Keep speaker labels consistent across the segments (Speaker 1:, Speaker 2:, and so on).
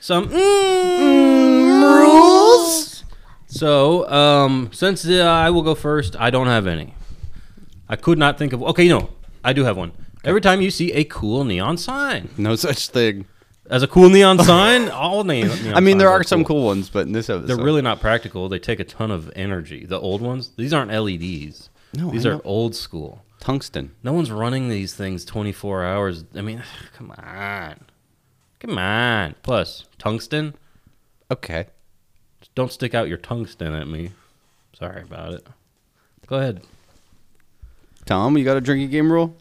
Speaker 1: some mm, rules. So, um, since uh, I will go first, I don't have any. I could not think of. Okay, no, I do have one. Every time you see a cool neon sign,
Speaker 2: No such thing.
Speaker 1: as a cool neon sign, all neon. neon
Speaker 2: I mean, there
Speaker 1: signs
Speaker 2: are some cool ones, but in this episode,
Speaker 1: They're really not practical. They take a ton of energy. The old ones, these aren't LEDs.
Speaker 2: No,
Speaker 1: these
Speaker 2: I
Speaker 1: are
Speaker 2: know.
Speaker 1: old school.
Speaker 2: tungsten.
Speaker 1: No one's running these things 24 hours. I mean, come on. Come on. Plus, tungsten.
Speaker 2: Okay.
Speaker 1: Don't stick out your tungsten at me. Sorry about it. Go ahead.
Speaker 2: Tom, you got a drinking game rule?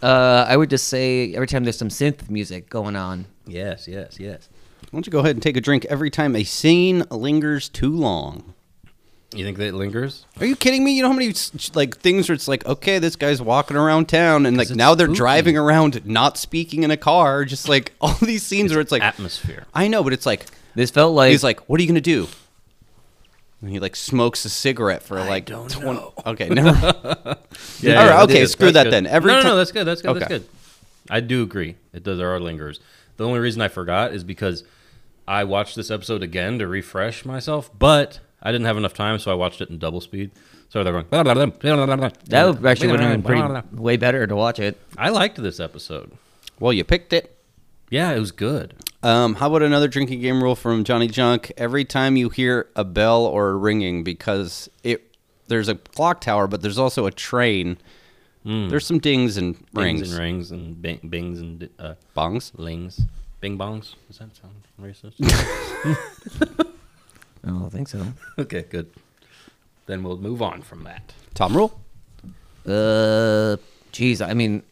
Speaker 3: Uh, I would just say every time there's some synth music going on,
Speaker 1: Yes, yes, yes.
Speaker 2: Why don't you go ahead and take a drink every time a scene lingers too long?
Speaker 1: You think that it lingers?
Speaker 2: Are you kidding me? You know how many s- like things where it's like, okay, this guy's walking around town, and like
Speaker 1: it's
Speaker 2: now they're
Speaker 1: spooky.
Speaker 2: driving around, not speaking in a car, just like all these scenes where it's like,
Speaker 1: Atmosphere.
Speaker 2: I know, but it's like
Speaker 3: this felt like
Speaker 2: he's like, "What are you gonna do?" And he like smokes a cigarette for like
Speaker 1: don't
Speaker 2: 20
Speaker 1: know.
Speaker 2: Okay, never. mind.
Speaker 1: Yeah,
Speaker 2: All right,
Speaker 1: yeah, it
Speaker 2: okay,
Speaker 1: is.
Speaker 2: screw
Speaker 1: That's
Speaker 2: that
Speaker 1: good.
Speaker 2: then. Every
Speaker 1: no, no,
Speaker 2: ti-
Speaker 1: no, that's good. That's good. That's
Speaker 2: Okay.
Speaker 1: good. I do agree. It does. There are lingers. The only reason I forgot is because I watched this episode again to refresh myself, but I didn't have enough time, so I watched it in double speed. So they're going.
Speaker 3: that
Speaker 1: That
Speaker 3: would- actually would have been pretty way better to watch it.
Speaker 1: I liked this episode.
Speaker 2: well, you picked it.
Speaker 1: Yeah, it was good.
Speaker 2: Um, how about another drinking game rule from Johnny Junk? Every time you hear a bell or a ringing, because it there's a clock tower, but there's also a train.
Speaker 3: Hmm.
Speaker 2: There's some dings and rings,
Speaker 1: Bings and rings and bing, bings and uh,
Speaker 2: bongs.
Speaker 1: lings, bing bongs. Does that sound racist?
Speaker 3: I don't think so.
Speaker 1: okay, good. Then we'll move on from that.
Speaker 2: Tom rule.
Speaker 3: Uh, jeez, I mean,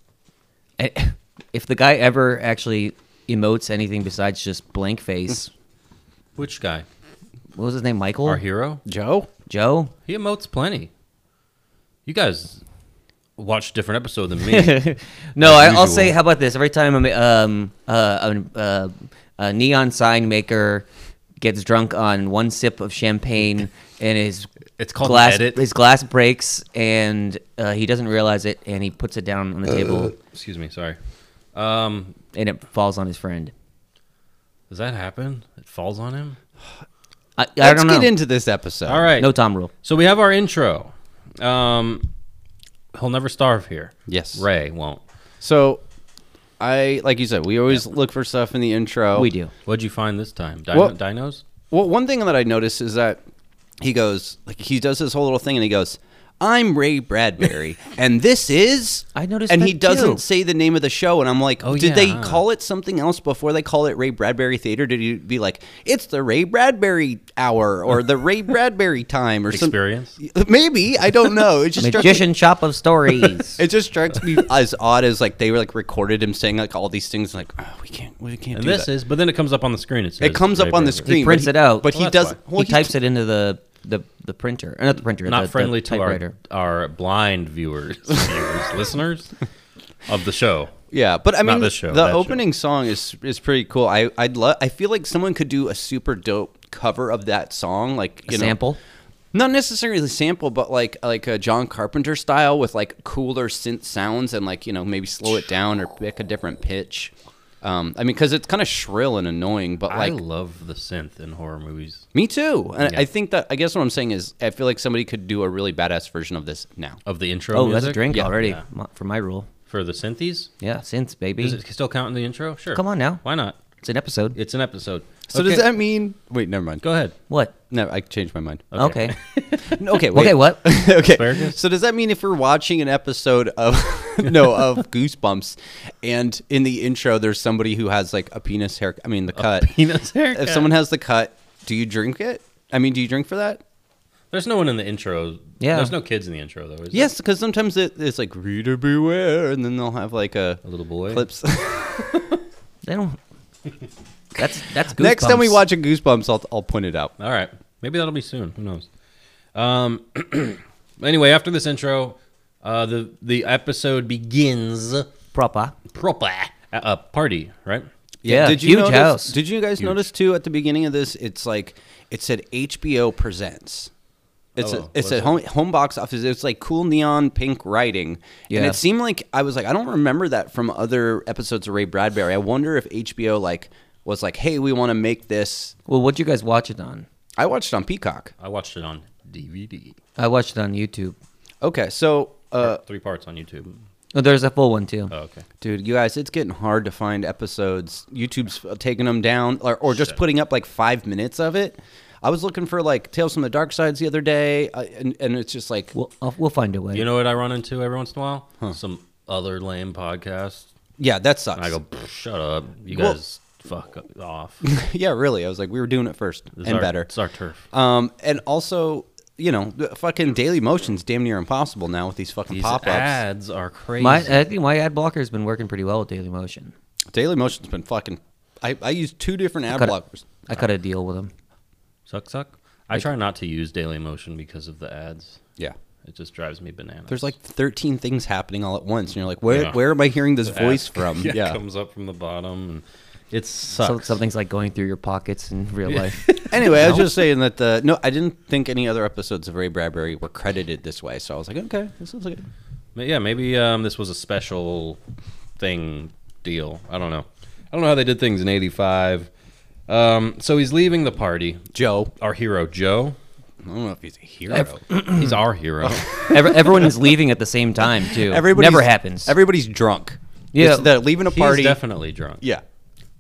Speaker 3: I, if the guy ever actually emotes anything besides just blank face,
Speaker 1: Which guy?
Speaker 3: what was his name? Michael?
Speaker 1: Our hero.
Speaker 2: Joe.
Speaker 3: Joe?
Speaker 1: He emotes plenty. You guys watch different episode than me.
Speaker 3: no, I,
Speaker 1: usual.
Speaker 3: I'll say. How about this? Every time a ma- um uh, a, uh, a neon sign maker gets drunk on one sip of champagne and his
Speaker 1: It's called an
Speaker 3: glass
Speaker 1: edit.
Speaker 3: his glass breaks and uh, he doesn't realize it and he puts it down on the
Speaker 2: Uh.
Speaker 3: table
Speaker 1: Excuse me, sorry. Um,
Speaker 3: and it falls on his friend.
Speaker 1: does that happen? It falls on him.
Speaker 3: I, I
Speaker 2: Let's
Speaker 3: don't know.
Speaker 2: get into this episode.
Speaker 1: All right.
Speaker 3: No Tom rule.
Speaker 1: So we have our intro. Um, he'll never starve here.
Speaker 2: Yes.
Speaker 1: Ray won't.
Speaker 2: So, I like you said, we always look for stuff in the intro.
Speaker 3: We do.
Speaker 1: What'd you find this time? Dino-
Speaker 2: Well-
Speaker 1: dinos?
Speaker 2: Well, one thing that I noticed is that he goes, like, he does this whole little thing and he goes, I'm Ray Bradbury, and this is.
Speaker 3: I noticed
Speaker 2: And
Speaker 3: that
Speaker 2: he doesn't
Speaker 3: too.
Speaker 2: say the name of the show, and I'm like,
Speaker 1: Oh,
Speaker 2: did
Speaker 1: yeah,
Speaker 2: they
Speaker 1: huh.
Speaker 2: call it something else before they call it Ray Bradbury Theater? Did he be like, it's the Ray Bradbury Hour or the Ray Bradbury Time or something?
Speaker 1: Experience.
Speaker 2: Maybe I don't know. It just struck me-
Speaker 3: Magician shop of stories.
Speaker 2: It just strikes me as odd as like they were like recorded him saying like all these things like oh, we can't we can't
Speaker 1: And
Speaker 2: do
Speaker 1: this
Speaker 2: that.
Speaker 1: is. but then it comes up on the screen. It, says
Speaker 2: it comes up
Speaker 1: Ray
Speaker 2: on the
Speaker 1: Bradbury.
Speaker 2: screen
Speaker 3: he prints
Speaker 2: but
Speaker 3: it out.
Speaker 2: but
Speaker 1: Well,
Speaker 2: he
Speaker 1: that's
Speaker 2: doesn't
Speaker 1: why.
Speaker 2: well,
Speaker 3: he types it into the the the printer. Uh, Not the printer. the-
Speaker 1: Not
Speaker 3: the
Speaker 1: friendly to our,
Speaker 3: typewriter.
Speaker 1: our blind viewers, viewers listeners of the show.
Speaker 2: Yeah, but I
Speaker 1: Not
Speaker 2: mean,
Speaker 1: this show,
Speaker 2: the
Speaker 1: that show.
Speaker 2: opening song is is pretty cool. I I'd love. I feel like someone could do a super dope cover of that song, like you know,
Speaker 3: sample.
Speaker 2: Not necessarily sample, but like like a John Carpenter style with like cooler synth sounds and like you know maybe slow it down or pick a different pitch. Um, I mean, because it's kind of shrill and annoying, but
Speaker 1: I
Speaker 2: like
Speaker 1: love the synth in horror movies.
Speaker 2: me too. And
Speaker 1: Yeah.
Speaker 2: I think that I guess what I'm saying is I feel like somebody could do a really badass version of this now.
Speaker 1: Of the intro
Speaker 3: Oh,
Speaker 1: music?
Speaker 3: that's a drink
Speaker 2: Yeah,
Speaker 3: already
Speaker 1: yeah.
Speaker 3: mo- for my rule.
Speaker 1: For the synthes?
Speaker 3: Yeah, since baby.
Speaker 1: Is it still counting the intro? Sure.
Speaker 3: Come on now.
Speaker 1: Why not?
Speaker 3: It's an episode.
Speaker 1: It's an episode.
Speaker 2: So does that mean? Wait, never mind.
Speaker 1: Go ahead.
Speaker 3: what?
Speaker 2: No, I changed my mind.
Speaker 1: Okay.
Speaker 3: Okay.
Speaker 2: Okay, wait.
Speaker 3: Okay, what?
Speaker 2: okay.
Speaker 1: Asparagus?
Speaker 2: So does that mean if we're watching an episode of no of Goosebumps, and in the intro there's somebody who has like a penis hair? I mean the cut.
Speaker 1: Penis haircut.
Speaker 2: If someone has the cut, do you drink it? I mean, do you drink for that?
Speaker 1: There's no one in the intro.
Speaker 3: Yeah.
Speaker 1: There's no kids in the intro though. Is
Speaker 2: Yes, because sometimes it, it's like reader beware, and then they'll have like a,
Speaker 1: there? A little boy.
Speaker 2: clips.
Speaker 3: They don't. That's that's good.
Speaker 2: Next time we watch a Goosebumps, I'll I'll point it out.
Speaker 1: All right. Maybe that'll be soon. Who knows? Um. anyway, after this intro, uh, the the episode begins
Speaker 3: proper.
Speaker 1: proper at a party, right?
Speaker 3: Yeah,
Speaker 2: did you
Speaker 3: huge
Speaker 2: notice,
Speaker 3: house.
Speaker 2: Did you guys notice too at the beginning of this? It's like it said HBO presents. It's
Speaker 1: Oh,
Speaker 2: a it's
Speaker 1: was
Speaker 2: a
Speaker 1: it?
Speaker 2: home, home box office. It's like cool neon pink writing, and
Speaker 3: Yeah.
Speaker 2: it seemed like I was like I don't remember that from other episodes of Ray Bradbury. I wonder if HBO like was like, "Hey, we want to make this."
Speaker 3: Well, what'd you guys watch it on?
Speaker 2: I watched it on Peacock.
Speaker 1: I watched it on DVD.
Speaker 3: I watched it on YouTube.
Speaker 2: Okay, so uh,
Speaker 1: Three parts on YouTube.
Speaker 3: Oh, there's a full one too.
Speaker 1: Oh, okay.
Speaker 2: Dude, you guys, it's getting hard to find episodes. YouTube's taking them down, or, or just
Speaker 1: Shit.
Speaker 2: putting up like five minutes of it. I was looking for like Tales from the Dark Sides the other day, uh, and, and it's just like,
Speaker 3: We'll I'll, we'll find a way.
Speaker 1: You know what I run into every once in a while? Some other lame podcast.
Speaker 2: yeah, that sucks.
Speaker 1: And I go, "Pff, shut up. You
Speaker 2: Well-
Speaker 1: guys fuck off.
Speaker 2: yeah, really. I was like, we were doing it first
Speaker 1: It's
Speaker 2: and
Speaker 1: our-
Speaker 2: better.
Speaker 1: It's our turf.
Speaker 2: Um, and also, you know, the fucking Daily Motion's damn near impossible now with these fucking
Speaker 1: These
Speaker 2: pop ups.
Speaker 1: ads are crazy.
Speaker 3: my I think my ad blocker has been working pretty well with Dailymotion.
Speaker 2: Daily Motion's been fucking. I, I use two different ad
Speaker 3: cut it.
Speaker 2: blockers.
Speaker 3: I cut a deal with them.
Speaker 1: suck, suck. I try not to use Dailymotion because of the ads.
Speaker 2: Yeah.
Speaker 1: It just drives me bananas.
Speaker 2: There's like 13 things happening all at once, and you're like, where,
Speaker 1: Yeah.
Speaker 2: where am I hearing this
Speaker 1: The
Speaker 2: voice
Speaker 1: ad
Speaker 2: from?
Speaker 1: yeah,
Speaker 2: yeah.
Speaker 1: comes up from the bottom. And it sucks.
Speaker 3: So, something's like going through your pockets in real life.
Speaker 2: Anyway, I was just saying that the no, I didn't think any other episodes of Ray Bradbury were credited this way, so I was like, okay, this sounds like.
Speaker 1: Ma- Yeah, maybe um, this was a special thing deal. I don't know. I don't know how they did things in '85. Um, so he's leaving the party.
Speaker 2: Joe,
Speaker 1: Our hero Joe.
Speaker 2: I don't know if he's a hero.
Speaker 1: he's our hero.
Speaker 3: Every, everyone is leaving at the same time too.
Speaker 2: Everybody's-
Speaker 3: never happens.
Speaker 2: Everybody's drunk.
Speaker 3: Yeah.
Speaker 2: It's the leaving a party.
Speaker 1: He's definitely drunk.
Speaker 2: yeah,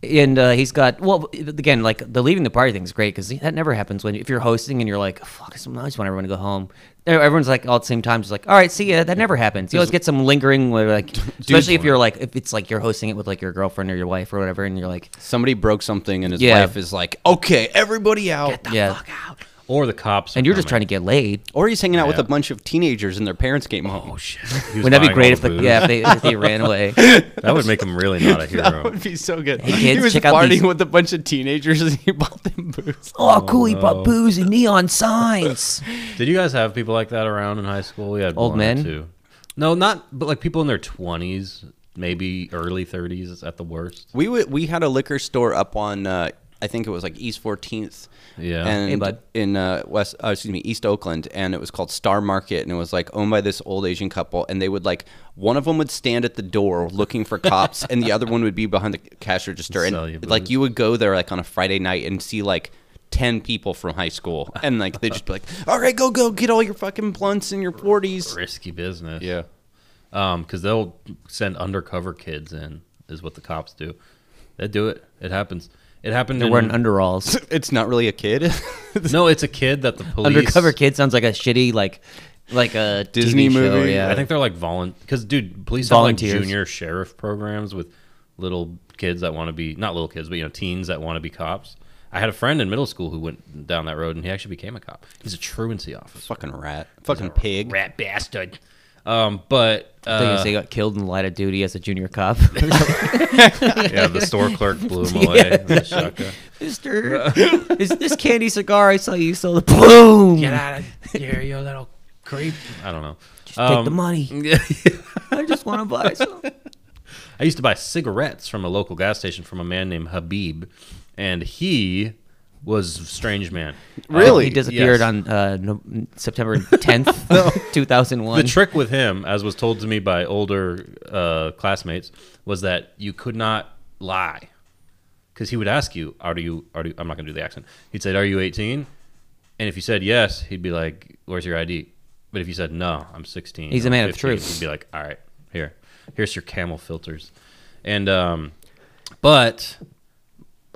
Speaker 3: and uh, he's got well again like the leaving the party thing is great because that never happens when if you're hosting and you're like fuck I just want everyone to go home. Everyone's like all at the same time, just like all right, see ya. That never happens. You always get some lingering where like, especially if
Speaker 2: want
Speaker 3: you're like if it's like you're hosting it with like your girlfriend or your wife or whatever, and you're like
Speaker 2: somebody broke something, and his
Speaker 3: Yeah.
Speaker 2: wife is like, okay, everybody out.
Speaker 3: yeah,
Speaker 1: Or the cops.
Speaker 3: and you're just trying to get laid.
Speaker 2: Or he's hanging out with
Speaker 1: Yeah.
Speaker 2: a bunch of teenagers, and their parents came home.
Speaker 1: Oh shit! He was
Speaker 3: Wouldn't that be
Speaker 1: buying
Speaker 3: great
Speaker 1: all
Speaker 3: if the,
Speaker 1: booze.
Speaker 3: yeah if they, if they ran away?
Speaker 1: that would make him really not a
Speaker 2: That
Speaker 1: hero.
Speaker 2: would be so good. he
Speaker 3: kids,
Speaker 2: was
Speaker 3: check out
Speaker 2: partying
Speaker 3: these-
Speaker 2: with a bunch of teenagers, and he bought them booze.
Speaker 3: Oh, cool! He brought booze and neon signs.
Speaker 1: Did you guys have people like that around in high school? We had
Speaker 3: Old
Speaker 1: one or
Speaker 3: men?
Speaker 1: two. No, not but like people in their twenties, maybe early thirties at the worst.
Speaker 2: We w- we had a liquor store up on uh, I think it was like East 14th.
Speaker 1: Yeah.
Speaker 2: And
Speaker 3: Hey, bud.
Speaker 2: in uh, West uh, excuse me East Oakland and it was called Star Market and it was like owned by this old Asian couple and they would like one of them would stand at the door looking for cops and the other one would be behind the cash register
Speaker 1: Sell you
Speaker 2: and
Speaker 1: booze.
Speaker 2: like you would go there like on a Friday night and see like 10 people from high school and like they'd just be like all right go go get all your fucking blunts and your 40s.
Speaker 1: Risky business. Um, because they'll send undercover kids in, is what the cops do. They do it. It happens. It happened.
Speaker 3: They're
Speaker 1: in,
Speaker 3: wearing underalls.
Speaker 2: It's not really a kid.
Speaker 1: no, it's a kid that the police
Speaker 3: Undercover Kid sounds like a shitty like like a
Speaker 2: Disney
Speaker 3: TV show,
Speaker 2: movie.
Speaker 3: yeah,
Speaker 1: I think they're like volunteer. Because dude, police have
Speaker 3: Volunteers.
Speaker 1: like junior sheriff programs with little kids that want to be not little kids, but you know teens that want to be cops. I had a friend in middle school who went down that road, and he actually became a cop. He's a truancy officer.
Speaker 2: fucking rat. Fucking pig.
Speaker 1: Rat bastard. Um, but
Speaker 3: I think
Speaker 1: uh,
Speaker 3: they got killed in the line of duty as a junior cop.
Speaker 1: yeah, the store clerk blew him away. with a shotgun.
Speaker 3: Mister, is this candy cigar I saw you sold? Boom!
Speaker 1: Get out of here, you little creep. I don't know.
Speaker 3: Just take the
Speaker 1: Um,
Speaker 3: money. I just want to buy some.
Speaker 1: I used to buy cigarettes from a local gas station from a man named Habib, and he was a strange man.
Speaker 2: Really?
Speaker 3: He disappeared
Speaker 1: Yes.
Speaker 3: on uh, no, September 10th, 2001.
Speaker 1: The trick with him, as was told to me by older uh, classmates, was that you could not lie. Because he would ask you, "Are you? Are you?" I'm not going to do the accent. He'd say, "Are you 18?" And if you said yes, he'd be like, "Where's your ID?" But if you said no, I'm 16.
Speaker 3: He's a
Speaker 1: or
Speaker 3: man of
Speaker 1: 15,"
Speaker 3: truth.
Speaker 1: He'd be like, "All right, here, here's your camel filters," and um, but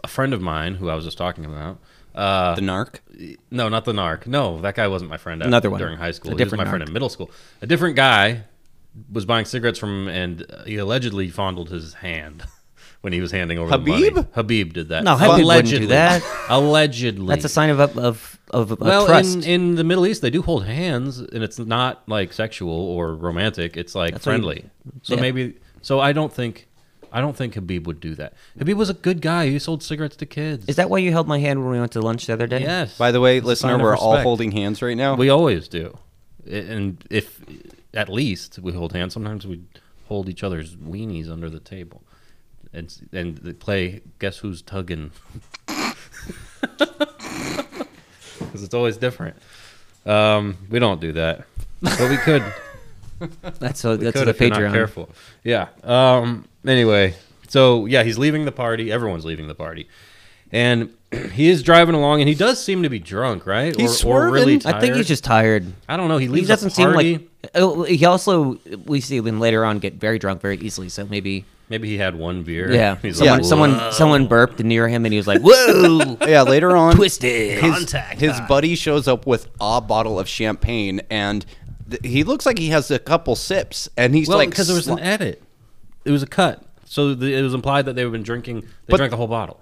Speaker 1: a friend of mine who I was just talking about, uh,
Speaker 2: The narc.
Speaker 1: no, not the narc. No, that guy wasn't my friend. at-
Speaker 3: Another one.
Speaker 1: during high school.
Speaker 3: A
Speaker 1: he was
Speaker 3: different
Speaker 1: my friend
Speaker 3: narc.
Speaker 1: in middle school. A different guy was buying cigarettes from him, and uh, he allegedly fondled his hand when he was handing over the
Speaker 2: Habib?
Speaker 1: money. Habib did that.
Speaker 3: No, Habib wouldn't do that.
Speaker 1: allegedly.
Speaker 3: That's a sign of of of, of
Speaker 1: Well,
Speaker 3: trust.
Speaker 1: in, in the Middle East, they do hold hands, and it's not like sexual or romantic. It's like
Speaker 3: what you-
Speaker 1: friendly. so
Speaker 3: yeah.
Speaker 1: maybe. So I don't think. I don't think Habib would do that. Habib was a good guy. He sold cigarettes to kids.
Speaker 3: is that why you held my hand when we went to lunch the other day?
Speaker 1: yes?
Speaker 2: By the way,
Speaker 1: It's a
Speaker 2: listener,
Speaker 1: sign of
Speaker 2: we're all
Speaker 1: respect.
Speaker 2: holding hands right now.
Speaker 1: We always do, I- and if at least we hold hands. Sometimes we hold each other's weenies under the table, and s- and they play guess who's tugging, because it's always different. Um, we don't do that, but we could.
Speaker 3: That's so.
Speaker 1: we
Speaker 3: that's
Speaker 1: could
Speaker 3: the
Speaker 1: if you're not
Speaker 3: Patreon.
Speaker 1: careful. Yeah. Um. Anyway, So yeah, he's leaving the party. Everyone's leaving the party, and he is driving along, and he does seem to be drunk, right?
Speaker 2: He's
Speaker 1: really
Speaker 2: swerving.
Speaker 1: tired.
Speaker 3: I think he's just tired.
Speaker 1: I don't know. He
Speaker 3: He
Speaker 1: leaves.
Speaker 3: doesn't
Speaker 1: the
Speaker 3: seem
Speaker 1: party.
Speaker 3: like. oh, He also, we see him later on get very drunk very easily. So maybe,
Speaker 1: Maybe he had one beer.
Speaker 3: yeah,
Speaker 1: He's
Speaker 3: someone,
Speaker 1: like,
Speaker 3: someone, someone burped near him, and he was like, "Whoa,
Speaker 2: Yeah, later on,
Speaker 3: twisted."
Speaker 2: his, his buddy shows up with a bottle of champagne, and th- he looks like he has a couple sips, and he's
Speaker 1: Well,
Speaker 2: like,
Speaker 1: because there was an
Speaker 2: sli-
Speaker 1: edit. It was a cut. So the, it was implied that they've been drinking. They
Speaker 2: But-
Speaker 1: drank the whole bottle.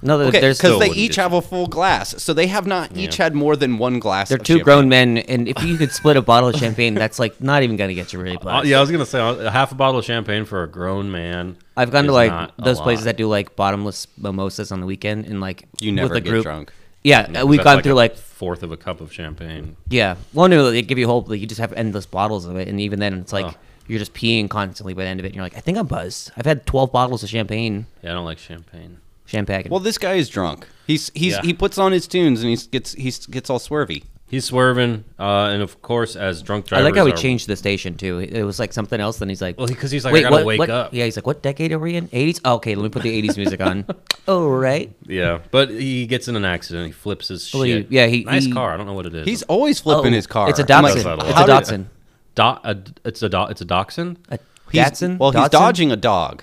Speaker 3: no, there-
Speaker 2: okay,
Speaker 3: there's
Speaker 2: because they
Speaker 1: wouldn't
Speaker 2: each
Speaker 1: do
Speaker 2: have a full glass, so they have not each had more than one glass.
Speaker 3: they're
Speaker 2: of
Speaker 3: two
Speaker 2: champagne.
Speaker 3: grown men, and if you could split a bottle of champagne, that's like not even gonna get you really.
Speaker 1: Uh,
Speaker 3: blessed.
Speaker 1: yeah, I was gonna say uh, half a bottle of champagne for a grown man.
Speaker 3: I've gone to
Speaker 1: is
Speaker 3: like
Speaker 1: not a
Speaker 3: those places
Speaker 1: lot.
Speaker 3: that do like bottomless mimosas on the weekend, and like
Speaker 2: You never
Speaker 3: with a
Speaker 2: get
Speaker 3: group.
Speaker 2: drunk.
Speaker 3: Yeah, uh, we've
Speaker 1: That's
Speaker 3: gone
Speaker 1: like a
Speaker 3: through like
Speaker 1: fourth of a cup of champagne.
Speaker 3: yeah. Well, no, they give you a whole. Like, you just have endless bottles of it, and even then, it's like
Speaker 1: Oh.
Speaker 3: you're just peeing constantly by the end of it. And you're like, I think I'm buzzed. I've had twelve bottles of champagne.
Speaker 1: Yeah, I don't like champagne.
Speaker 3: Champagne.
Speaker 2: Well, this guy is drunk. He's he's
Speaker 1: Yeah.
Speaker 2: he puts on his tunes and he gets he gets all swervy.
Speaker 1: He's swerving, uh, and of course, as drunk
Speaker 3: I
Speaker 1: drivers,
Speaker 3: like how he
Speaker 1: are-
Speaker 3: changed the station too. It it was like something else. Then he's like,
Speaker 1: Well, because he's like,
Speaker 3: Wait,
Speaker 1: I gotta
Speaker 3: what-
Speaker 1: wake
Speaker 3: what-
Speaker 1: up.
Speaker 3: Yeah, he's like, what decade are we in? 80s? Oh, okay, let me put the 80s music on. All right.
Speaker 1: Yeah, but he gets in an accident. He flips his
Speaker 3: Well, he-
Speaker 1: shit.
Speaker 3: yeah, he-
Speaker 1: nice
Speaker 3: he-
Speaker 1: car. I don't know what it is.
Speaker 2: He's always flipping
Speaker 3: Oh,
Speaker 2: his car.
Speaker 3: It's a
Speaker 2: I'm like,
Speaker 3: Datsun. It's
Speaker 1: That's not a
Speaker 3: a
Speaker 1: lot.
Speaker 2: how did-
Speaker 3: Datsun.
Speaker 1: Do- a, it's a do- it's a dachshund.
Speaker 3: A
Speaker 2: he's-
Speaker 3: Datsun?
Speaker 2: Well, he's
Speaker 3: Datsun?
Speaker 2: dodging a dog.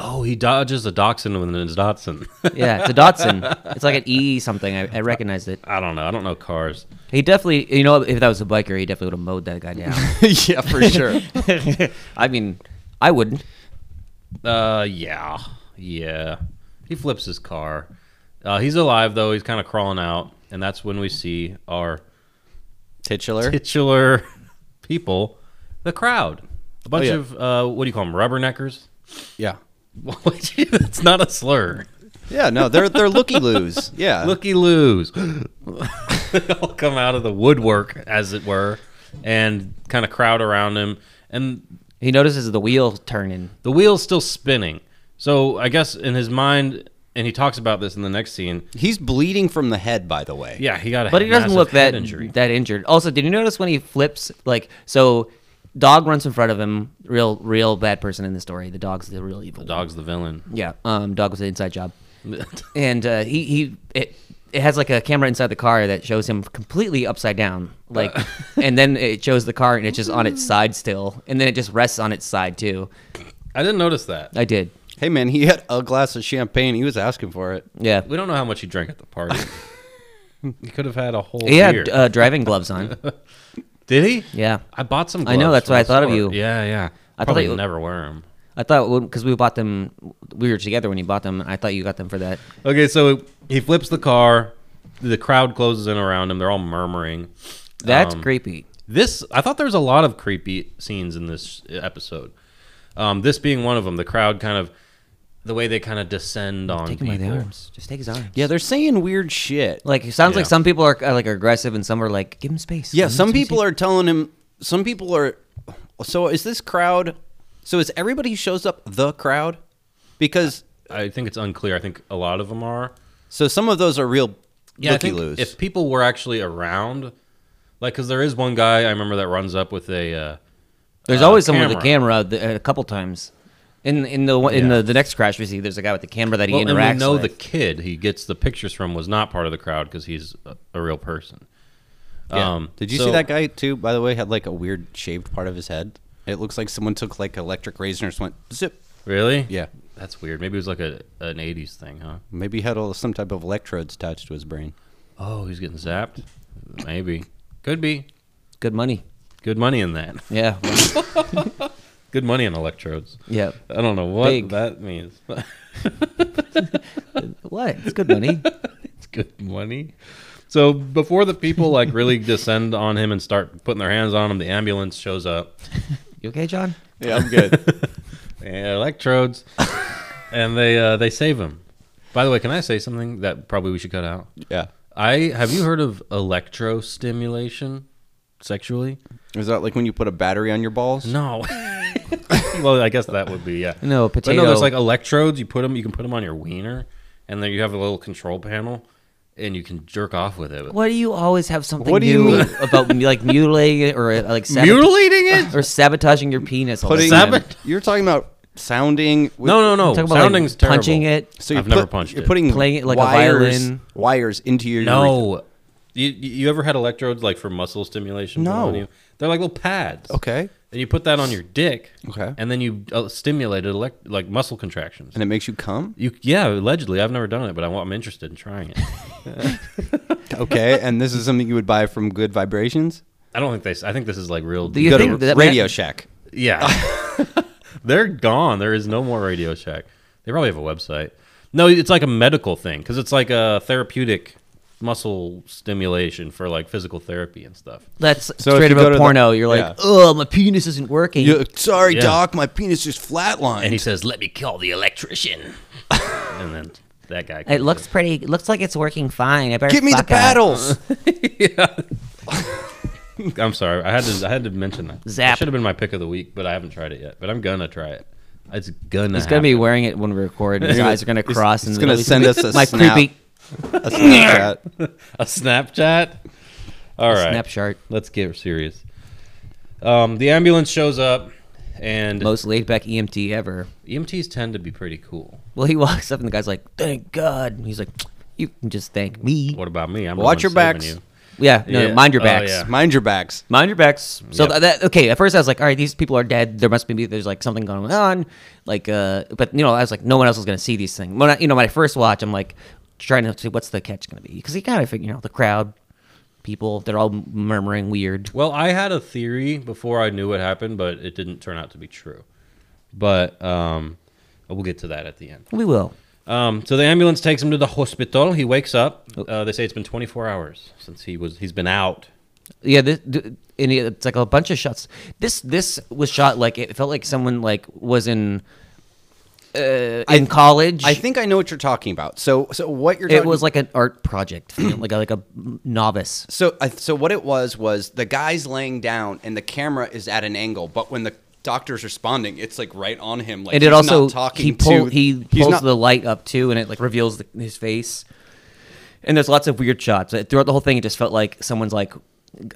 Speaker 1: Oh, he dodges a dachshund with his dachshund.
Speaker 3: Yeah, it's a Datsun. It's like an E something. I, I recognized it.
Speaker 1: I don't know. I don't know cars.
Speaker 3: He definitely, you know, if that was a biker, he definitely would have mowed that guy down.
Speaker 2: yeah, for sure.
Speaker 3: I mean, I wouldn't.
Speaker 1: Uh, yeah, yeah. He flips his car. Uh, he's alive though. He's kind of crawling out, and that's when we see our
Speaker 2: Titular.
Speaker 1: titular people, the crowd, a bunch
Speaker 2: yeah.
Speaker 1: of uh, what do you call them? Rubberneckers.
Speaker 2: yeah.
Speaker 1: That's not a slur.
Speaker 2: Yeah. No, they're they're looky loos. Yeah.
Speaker 1: Looky loos. they all come out of the woodwork, as it were, and kind of crowd around him. And
Speaker 3: He notices the wheel turning.
Speaker 1: the wheel's still spinning. So I guess in his mind, and he talks about this in the next scene.
Speaker 2: He's bleeding from the head, by the way.
Speaker 1: Yeah, he got a
Speaker 3: But he doesn't
Speaker 1: massive
Speaker 3: look
Speaker 1: head
Speaker 3: that
Speaker 1: injury.
Speaker 3: that injured. Also, did you notice when he flips? Like, so dog runs in front of him. Real, real bad person in the story. The dog's the real evil.
Speaker 1: Dog's the villain.
Speaker 3: Yeah, um, dog was an inside job, and uh, he he it, it has like a camera inside the car that shows him completely upside down, like, and then it shows the car and it's just on its side still, and then it just rests on its side too.
Speaker 1: I didn't notice that.
Speaker 3: I did,
Speaker 2: Hey man, he had a glass of champagne. He was asking for it.
Speaker 3: yeah.
Speaker 1: We don't know how much he drank at the party. he could have had a whole
Speaker 3: He
Speaker 1: beer.
Speaker 3: had uh, driving gloves on.
Speaker 1: Did he?
Speaker 3: Yeah,
Speaker 1: I bought some.
Speaker 3: I
Speaker 1: Gloves
Speaker 3: know, that's
Speaker 1: from
Speaker 3: why
Speaker 1: the
Speaker 3: I thought of
Speaker 1: store.
Speaker 3: you.
Speaker 1: Yeah, yeah.
Speaker 3: I
Speaker 1: I
Speaker 3: thought
Speaker 1: probably
Speaker 3: you-
Speaker 1: never wear them.
Speaker 3: I thought because we bought them, we were together when you bought them. and I thought you got them for that.
Speaker 1: Okay, so he flips the car. The crowd closes in around him. They're all murmuring.
Speaker 3: That's
Speaker 1: Um,
Speaker 3: creepy.
Speaker 1: This I thought there was a lot of creepy scenes in this episode. Um, this being one of them. The crowd kind of the way they kind of descend on
Speaker 3: Take him by the
Speaker 1: people.
Speaker 3: arms. Just take his arms.
Speaker 2: Yeah, they're saying weird shit.
Speaker 3: Like it sounds
Speaker 1: Yeah.
Speaker 3: like some people are uh, like aggressive and some are like give him space.
Speaker 2: Yeah, some people are telling him. Some people are. So is this crowd? So is everybody who shows up the crowd? Because
Speaker 1: I think it's unclear. I think a lot of them are.
Speaker 2: so some of those are real
Speaker 1: Yeah, I
Speaker 2: looky
Speaker 1: think
Speaker 2: loos.
Speaker 1: if people were actually around, like, because there is one guy I remember that runs up with a. Uh,
Speaker 3: There's
Speaker 1: uh,
Speaker 3: always someone with a camera the, a couple times. In in the one in
Speaker 1: Yeah.
Speaker 3: the, the next crash we see, there's a guy with the camera that he
Speaker 1: Well, and
Speaker 3: interacts
Speaker 1: we know the
Speaker 3: with.
Speaker 1: kid he gets the pictures from was not part of the crowd because he's a, a real person.
Speaker 2: Yeah.
Speaker 1: Um,
Speaker 2: Did you
Speaker 1: so-
Speaker 2: see that guy too? By the way, had like a weird shaved part of his head. It looks like someone took like electric razor and just went zip.
Speaker 1: Really?
Speaker 2: Yeah.
Speaker 1: That's weird. Maybe it was like a an '80s thing, huh?
Speaker 2: Maybe he had all, some type of electrodes attached to his brain.
Speaker 1: Oh, he's getting zapped. Maybe. Could be.
Speaker 3: Good money.
Speaker 1: Good money in that.
Speaker 3: Yeah.
Speaker 1: Good money in electrodes.
Speaker 3: yeah.
Speaker 1: I don't know what
Speaker 3: Big.
Speaker 1: that means.
Speaker 3: What? It's good money.
Speaker 1: it's good money. So before the people like really descend on him and start putting their hands on him, the ambulance shows up.
Speaker 3: You okay, John?
Speaker 2: Yeah, I'm good.
Speaker 1: Yeah, electrodes, and they uh, they save him. By the way, can I say something that probably we should cut out?
Speaker 2: yeah.
Speaker 1: I have you heard of electrostimulation sexually?
Speaker 2: Is that like when you put a battery on your balls?
Speaker 1: No. well, I guess that would be yeah.
Speaker 3: No,
Speaker 1: But no,
Speaker 3: potato.
Speaker 1: there's like electrodes. You put them. You can put them on your wiener, and then you have a little control panel, and you can jerk off with it.
Speaker 3: Why do you always have something
Speaker 2: What do you
Speaker 3: new
Speaker 2: mean?
Speaker 3: about like mutilating it or uh, like sabot-
Speaker 1: Mutilating it?
Speaker 3: or sabotaging your penis? All the
Speaker 2: Putting
Speaker 3: time?
Speaker 1: Sabot-
Speaker 2: You're talking about sounding. With,
Speaker 1: No, no, no.
Speaker 3: Talking about, like,
Speaker 1: Sounding's terrible.
Speaker 3: punching it.
Speaker 2: So you're
Speaker 1: I've never
Speaker 2: put-
Speaker 1: punched
Speaker 2: You're
Speaker 1: it.
Speaker 2: putting
Speaker 3: Playing it like a
Speaker 2: wires,
Speaker 3: violin.
Speaker 2: wires into your urethra.
Speaker 1: No. You, you you ever had electrodes like for muscle stimulation? put
Speaker 2: No.
Speaker 1: on you? They're like little pads.
Speaker 2: Okay.
Speaker 1: And you put that on your dick.
Speaker 2: Okay.
Speaker 1: And then you uh, stimulated elect- like muscle contractions.
Speaker 2: And it makes you come.
Speaker 1: you yeah, allegedly. I've never done it, but I, am interested in trying it.
Speaker 2: Okay. and this is something you would buy from Good Vibrations.
Speaker 1: I don't think they. s- I think this is like real.
Speaker 3: Do you
Speaker 2: go
Speaker 3: think
Speaker 2: to
Speaker 3: that
Speaker 2: Radio
Speaker 3: man-
Speaker 2: Shack.
Speaker 1: yeah. They're gone. There is no more Radio Shack. They probably have a website. No, it's like a medical thing because it's like a therapeutic muscle stimulation for like physical therapy and stuff.
Speaker 3: That's
Speaker 2: So if
Speaker 3: straight
Speaker 2: you go
Speaker 3: up
Speaker 2: to
Speaker 3: a
Speaker 2: the-
Speaker 3: porno. You're like,
Speaker 2: yeah.
Speaker 3: oh, my penis isn't working.
Speaker 2: You- sorry,
Speaker 1: Yeah.
Speaker 2: Doc. My penis is flatlined.
Speaker 1: And he says, "Let me call the electrician." and then that guy.
Speaker 3: It
Speaker 1: comes
Speaker 3: looks
Speaker 1: in.
Speaker 3: pretty. It looks like it's working fine. I better
Speaker 2: Give me the
Speaker 3: fuck out.
Speaker 2: paddles.
Speaker 1: I'm sorry. I had to. I had to mention that.
Speaker 3: Zap.
Speaker 1: Should have been my pick of the week, but I haven't tried it yet. But I'm gonna try it. It's gonna.
Speaker 3: He's gonna be wearing it when we record. and His eyes are gonna cross.
Speaker 2: he's
Speaker 3: and
Speaker 2: gonna
Speaker 3: it'll be
Speaker 2: send
Speaker 3: like,
Speaker 2: us a
Speaker 3: my
Speaker 2: snap.
Speaker 3: creepy
Speaker 2: A Snapchat.
Speaker 1: a Snapchat. All right.
Speaker 3: Snapchat.
Speaker 1: Let's get serious. Um, the ambulance shows up, and
Speaker 3: most laid back EMT ever.
Speaker 1: EMTs E tend to be pretty cool.
Speaker 3: Well, he walks up and the guy's like, "Thank God." And he's like, "You can just thank me."
Speaker 1: What about me? I'm the
Speaker 2: Watch
Speaker 1: one
Speaker 2: your
Speaker 1: saving
Speaker 2: backs.
Speaker 1: you.
Speaker 3: Yeah, no,
Speaker 1: Yeah.
Speaker 3: no, mind your
Speaker 1: Oh,
Speaker 3: backs.
Speaker 1: yeah.
Speaker 2: Mind your backs.
Speaker 3: Mind your backs. So
Speaker 1: Yep.
Speaker 3: th- that okay. At first, I was like, "All right, these people are dead. There must be there's like something going on." Like, uh, but you know, I was like, no one else is gonna see these things. When I, you know, when I first watch, I'm like trying to see what's the catch gonna be because you gotta figure, you know, the crowd, people, they're all murmuring weird.
Speaker 1: Well, I had a theory before I knew what happened, but it didn't turn out to be true. But um, we'll get to that at the end.
Speaker 3: We will.
Speaker 1: Um, so the ambulance takes him to the hospital. He wakes up. Uh, they say it's been 24 hours since he was he's been out.
Speaker 3: Yeah, this, and it's like a bunch of shots. This this was shot like it felt like someone like was in uh, in college.
Speaker 2: I think I know what you're talking about. So, so what you're
Speaker 3: it
Speaker 2: talking
Speaker 3: was like an art project, you know, like a, like a novice.
Speaker 2: So, I so what it was was the guy's laying down and the camera is at an angle, but when the doctor's responding, it's like right on him. Like
Speaker 3: and
Speaker 2: he's
Speaker 3: it also
Speaker 2: not talking
Speaker 3: he
Speaker 2: to
Speaker 3: pull, he
Speaker 2: he's
Speaker 3: pulls
Speaker 2: not-
Speaker 3: the light up too, and it like reveals the, his face. And there's lots of weird shots Uh, throughout the whole thing. It just felt like someone's like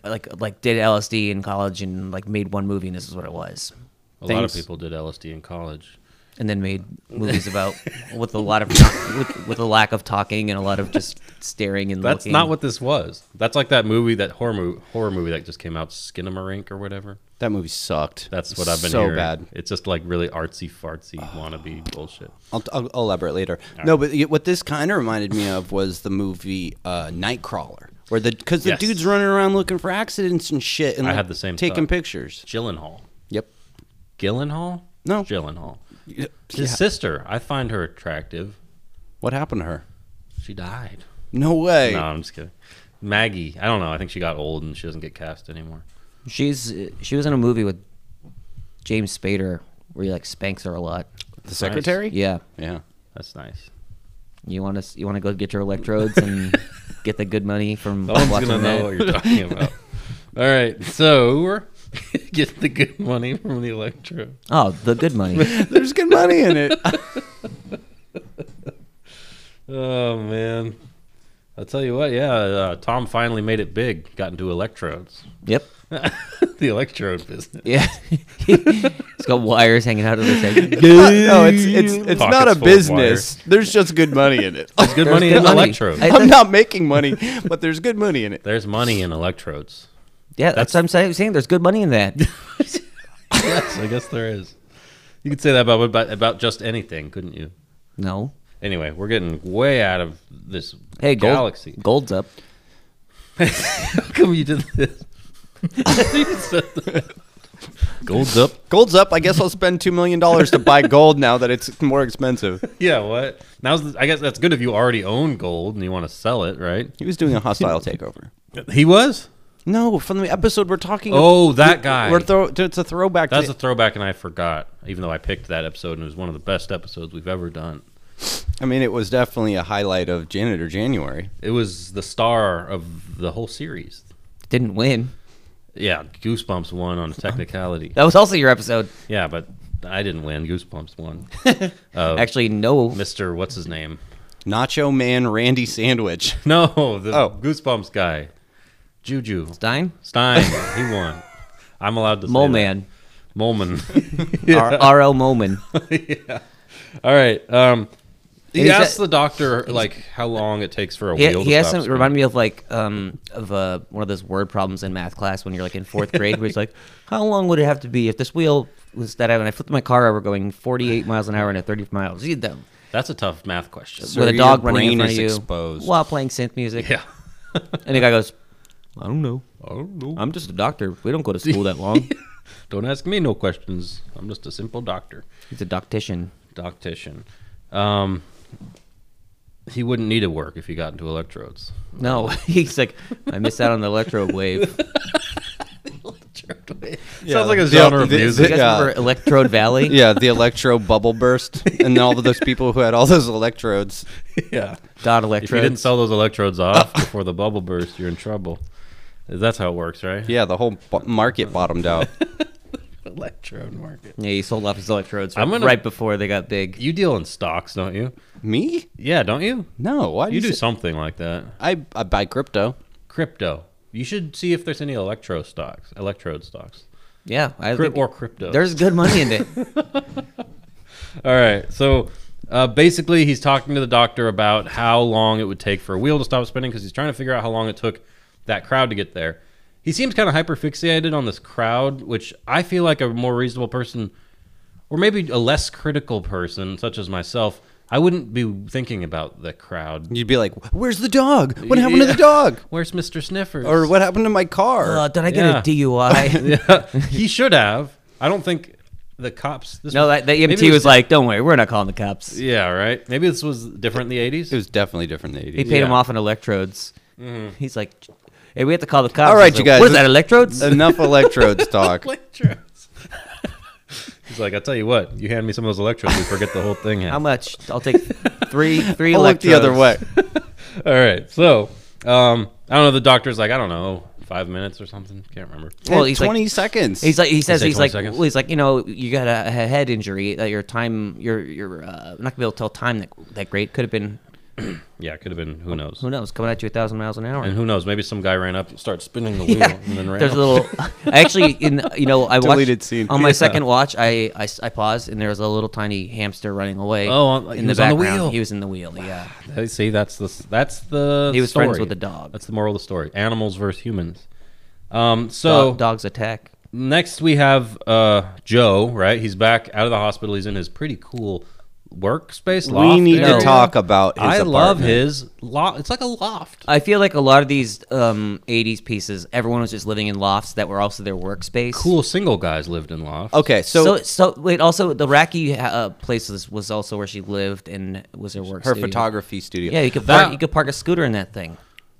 Speaker 3: like like did LSD in college and like made one movie, and this is what it was.
Speaker 1: A lot of
Speaker 3: Things-
Speaker 1: people did LSD in college.
Speaker 3: and then made movies about with a lot of with, with a lack of talking and a lot of just staring and
Speaker 1: That's
Speaker 3: looking.
Speaker 1: not what this was. That's like that movie, that horror movie, horror movie that just came out, Skinamarink or whatever.
Speaker 2: that movie sucked.
Speaker 1: That's what I've been
Speaker 2: so
Speaker 1: hearing.
Speaker 2: bad.
Speaker 1: It's just like really artsy fartsy wannabe bullshit.
Speaker 2: I'll, I'll, I'll elaborate later. No, but y- what this kind of reminded me of was the movie uh, Nightcrawler, where the because the
Speaker 1: Yes.
Speaker 2: dude's running around looking for accidents and shit, and
Speaker 1: I
Speaker 2: like,
Speaker 1: had the same
Speaker 2: taking
Speaker 1: thought.
Speaker 2: pictures.
Speaker 1: Gyllenhaal.
Speaker 2: Yep.
Speaker 1: Gyllenhaal?
Speaker 2: No.
Speaker 1: Gyllenhaal.
Speaker 2: Yeah.
Speaker 1: His sister. I find her attractive.
Speaker 2: What happened to her?
Speaker 1: She died.
Speaker 2: No way.
Speaker 1: No, I'm just kidding. Maggie. I don't know. I think she got old and she doesn't get cast anymore.
Speaker 3: she's she was in a movie with James Spader where he like spanks her a lot.
Speaker 2: The secretary.
Speaker 3: Yeah,
Speaker 2: Yeah.
Speaker 1: That's nice.
Speaker 3: you want to you want to go get your electrodes and get the good money from
Speaker 1: No one's
Speaker 3: watching
Speaker 1: gonna know
Speaker 3: that.
Speaker 1: what you're talking about. All right, so get the good money from the electro.
Speaker 3: Oh, the good money.
Speaker 2: There's good money in it.
Speaker 1: Oh man, I'll tell you what. Yeah, uh, Tom finally made it big. Got into electrodes.
Speaker 3: yep.
Speaker 1: the electrode business.
Speaker 3: Yeah. He's got wires hanging out of his head.
Speaker 2: no, it's it's it's
Speaker 1: Pockets
Speaker 2: not a
Speaker 1: full of
Speaker 2: business. There's just good money in it.
Speaker 1: There's good money
Speaker 3: good
Speaker 1: in
Speaker 3: money.
Speaker 1: electrodes.
Speaker 3: I-
Speaker 2: I'm not making money, but there's good money in it.
Speaker 1: There's money in electrodes.
Speaker 3: Yeah, that's, what I'm saying. saying. There's good money in that.
Speaker 1: Yes, I guess there is. You could say that about about, about just anything, couldn't you?
Speaker 3: No.
Speaker 1: Anyway, we're getting way out of this
Speaker 3: Hey, gold,
Speaker 1: galaxy.
Speaker 3: gold's up.
Speaker 1: How come you did this? You said that. Gold's up.
Speaker 2: Gold's up. I guess I'll spend two million dollars to buy gold now that it's more expensive.
Speaker 1: Yeah, what? Now's the, I guess that's good if you already own gold and you want to sell it, right?
Speaker 2: He was doing a hostile takeover.
Speaker 1: He was.
Speaker 2: No, from the episode we're talking.
Speaker 1: Oh, that guy.
Speaker 2: We're throw, it's a throwback.
Speaker 1: That's
Speaker 2: to,
Speaker 1: a throwback, and I forgot. Even though I picked that episode, and it was one of the best episodes we've ever done.
Speaker 2: I mean, it was definitely a highlight of Janitor January.
Speaker 1: It was the star of the whole series.
Speaker 3: Didn't win.
Speaker 1: Yeah, Goosebumps won on a technicality.
Speaker 3: That was also your episode.
Speaker 1: Yeah, but I didn't win. Goosebumps won. Oh.
Speaker 3: Actually, no.
Speaker 1: Mister, what's his name?
Speaker 2: Nacho Man Randy Sandwich.
Speaker 1: No, the
Speaker 2: Oh.
Speaker 1: Goosebumps guy, Juju
Speaker 3: Stein?
Speaker 1: Stein. he won. I'm allowed to. say
Speaker 3: Mole
Speaker 1: that.
Speaker 3: Man.
Speaker 1: Moment.
Speaker 3: R- R.L. Moman.
Speaker 1: All right. Um, he
Speaker 3: He's
Speaker 1: asked
Speaker 3: a-
Speaker 1: the doctor like how long it takes for a
Speaker 3: He,
Speaker 1: wheel.
Speaker 3: he
Speaker 1: to
Speaker 3: has
Speaker 1: stop
Speaker 3: some,
Speaker 1: spinning.
Speaker 3: remind me of like um of uh, one of those word problems in math class when you're like in fourth grade where it's like how long would it have to be if this wheel was that when I flipped my car over going 48 miles an hour and a 30 miles you know,
Speaker 1: That's a tough math question.
Speaker 2: So-
Speaker 3: with a
Speaker 2: your
Speaker 3: dog running
Speaker 2: brain
Speaker 3: in front
Speaker 2: is
Speaker 3: of you
Speaker 2: exposed.
Speaker 3: while playing synth music
Speaker 1: yeah.
Speaker 3: and the guy goes I don't know
Speaker 1: I don't know.
Speaker 3: I'm just a doctor we don't go to school that long
Speaker 1: Don't ask me no questions. I'm just a simple doctor,
Speaker 3: he's a doctician
Speaker 1: doctician. Um, he wouldn't need to work if he got into electrodes.
Speaker 3: no he's like I missed out on the electro wave
Speaker 1: Sounds like a
Speaker 2: Yeah,
Speaker 1: genre of
Speaker 2: the- the-
Speaker 1: music.
Speaker 3: you guys
Speaker 2: Yeah.
Speaker 3: remember Electrode Valley
Speaker 2: Yeah, the electro bubble burst, and all of those people who had all those electrodes.
Speaker 1: yeah.
Speaker 3: dot
Speaker 1: If you didn't
Speaker 3: electrodes
Speaker 1: sell those electrodes off before the bubble burst, you're in trouble. That's how it works, right?
Speaker 2: Yeah, the whole bo- market bottomed out.
Speaker 1: Electrode market.
Speaker 3: yeah he sold off his electrodes right,
Speaker 1: I'm gonna-
Speaker 3: right before they got big
Speaker 1: You deal in stocks, don't you?
Speaker 2: Me?
Speaker 1: Yeah, don't you?
Speaker 2: No. Why do
Speaker 1: You
Speaker 2: you,
Speaker 1: do
Speaker 2: say-
Speaker 1: something like that.
Speaker 2: I I buy crypto.
Speaker 1: Crypto. You should see if there's any electro stocks, electrode stocks,
Speaker 3: yeah I
Speaker 1: Cryp-
Speaker 3: think-
Speaker 1: or crypto.
Speaker 3: There's good money in it.
Speaker 1: All right. So uh, basically, he's talking to the doctor about how long it would take for a wheel to stop spinning because he's trying to figure out how long it took that crowd to get there. He seems kind of hyperfixated on this crowd, which I feel like a more reasonable person, or maybe a less critical person, such as myself, I wouldn't be thinking about the crowd.
Speaker 2: You'd be like, "Where's the dog? What happened to
Speaker 1: Yeah.
Speaker 2: the dog?
Speaker 1: Where's Mr. Sniffers?
Speaker 2: Or what happened to my car?"
Speaker 3: Uh, did I get
Speaker 1: Yeah.
Speaker 3: a DUI?
Speaker 1: Yeah, he should have. I don't think the cops. This
Speaker 3: no, that, that
Speaker 1: maybe
Speaker 3: EMT
Speaker 1: it
Speaker 3: was, like, "Don't worry, we're not calling the cops."
Speaker 1: Yeah, right. Maybe this was different in the 80s.
Speaker 2: it was definitely different in the
Speaker 3: He
Speaker 2: eighties.
Speaker 3: paid
Speaker 1: Yeah. Mm-hmm.
Speaker 3: him off on electrodes. He's like, "Hey, we have to call the cops."
Speaker 2: All right,
Speaker 3: He's
Speaker 2: you guys,
Speaker 3: like, What is that?
Speaker 2: let's-
Speaker 3: Electrodes?
Speaker 2: Enough electrodes talk.
Speaker 1: electrodes. He's like, I'll tell you what, you hand me some of those electrodes, we forget the whole thing
Speaker 3: How
Speaker 1: happened.
Speaker 3: much? I'll take three. Three
Speaker 2: I'll look
Speaker 3: electrodes.
Speaker 2: the other way.
Speaker 1: All right. So, um, I don't know. The doctor's like, I don't know, five minutes or something. Can't remember.
Speaker 3: Well,
Speaker 2: Eh,
Speaker 3: he's like-
Speaker 2: twenty seconds.
Speaker 3: He's like, he says,
Speaker 1: say
Speaker 3: he's
Speaker 1: 20
Speaker 3: like,
Speaker 1: seconds.
Speaker 3: well, he's like, you know, you got a, a head injury. That your time, your your uh, not gonna be able to tell time that that great could have been
Speaker 1: Yeah, it could have been, who knows?
Speaker 3: who knows coming at you a thousand miles an hour.
Speaker 1: And who knows? Maybe some guy ran up and started spinning the wheel
Speaker 3: Yeah.
Speaker 1: and then ran
Speaker 3: There's
Speaker 1: up.
Speaker 3: a little. I actually, in you know, I
Speaker 2: Deleted
Speaker 3: watched
Speaker 2: scene.
Speaker 3: on my
Speaker 2: Yeah.
Speaker 3: second watch. I, I s- I paused and there was a little tiny hamster running away.
Speaker 1: Oh, on- he
Speaker 3: in the
Speaker 1: was on the
Speaker 3: background,
Speaker 1: wheel.
Speaker 3: he was in the wheel. Yeah,
Speaker 1: Hey, See, that's the that's the
Speaker 3: He was
Speaker 1: story.
Speaker 3: friends with the dog.
Speaker 1: That's the moral of the story: animals versus humans. Um, so
Speaker 3: Dog- dogs attack.
Speaker 1: next we have uh, Joe. Right, he's back out of the hospital. He's in his pretty cool workspace. Loft
Speaker 2: we need
Speaker 1: area.
Speaker 2: to talk about. His
Speaker 1: I love
Speaker 2: apartment.
Speaker 1: his loft. It's like a loft.
Speaker 3: I feel like a lot of these um, '80s pieces, everyone was just living in lofts that were also their workspace.
Speaker 1: Cool single guys lived in lofts.
Speaker 2: Okay,
Speaker 3: So,
Speaker 2: so,
Speaker 3: so, wait. Also, the Racky uh, place was, was also where she lived and was her work.
Speaker 2: her
Speaker 3: studio.
Speaker 2: photography studio.
Speaker 3: Yeah, you could
Speaker 1: That-
Speaker 3: park, you could park a scooter in that thing.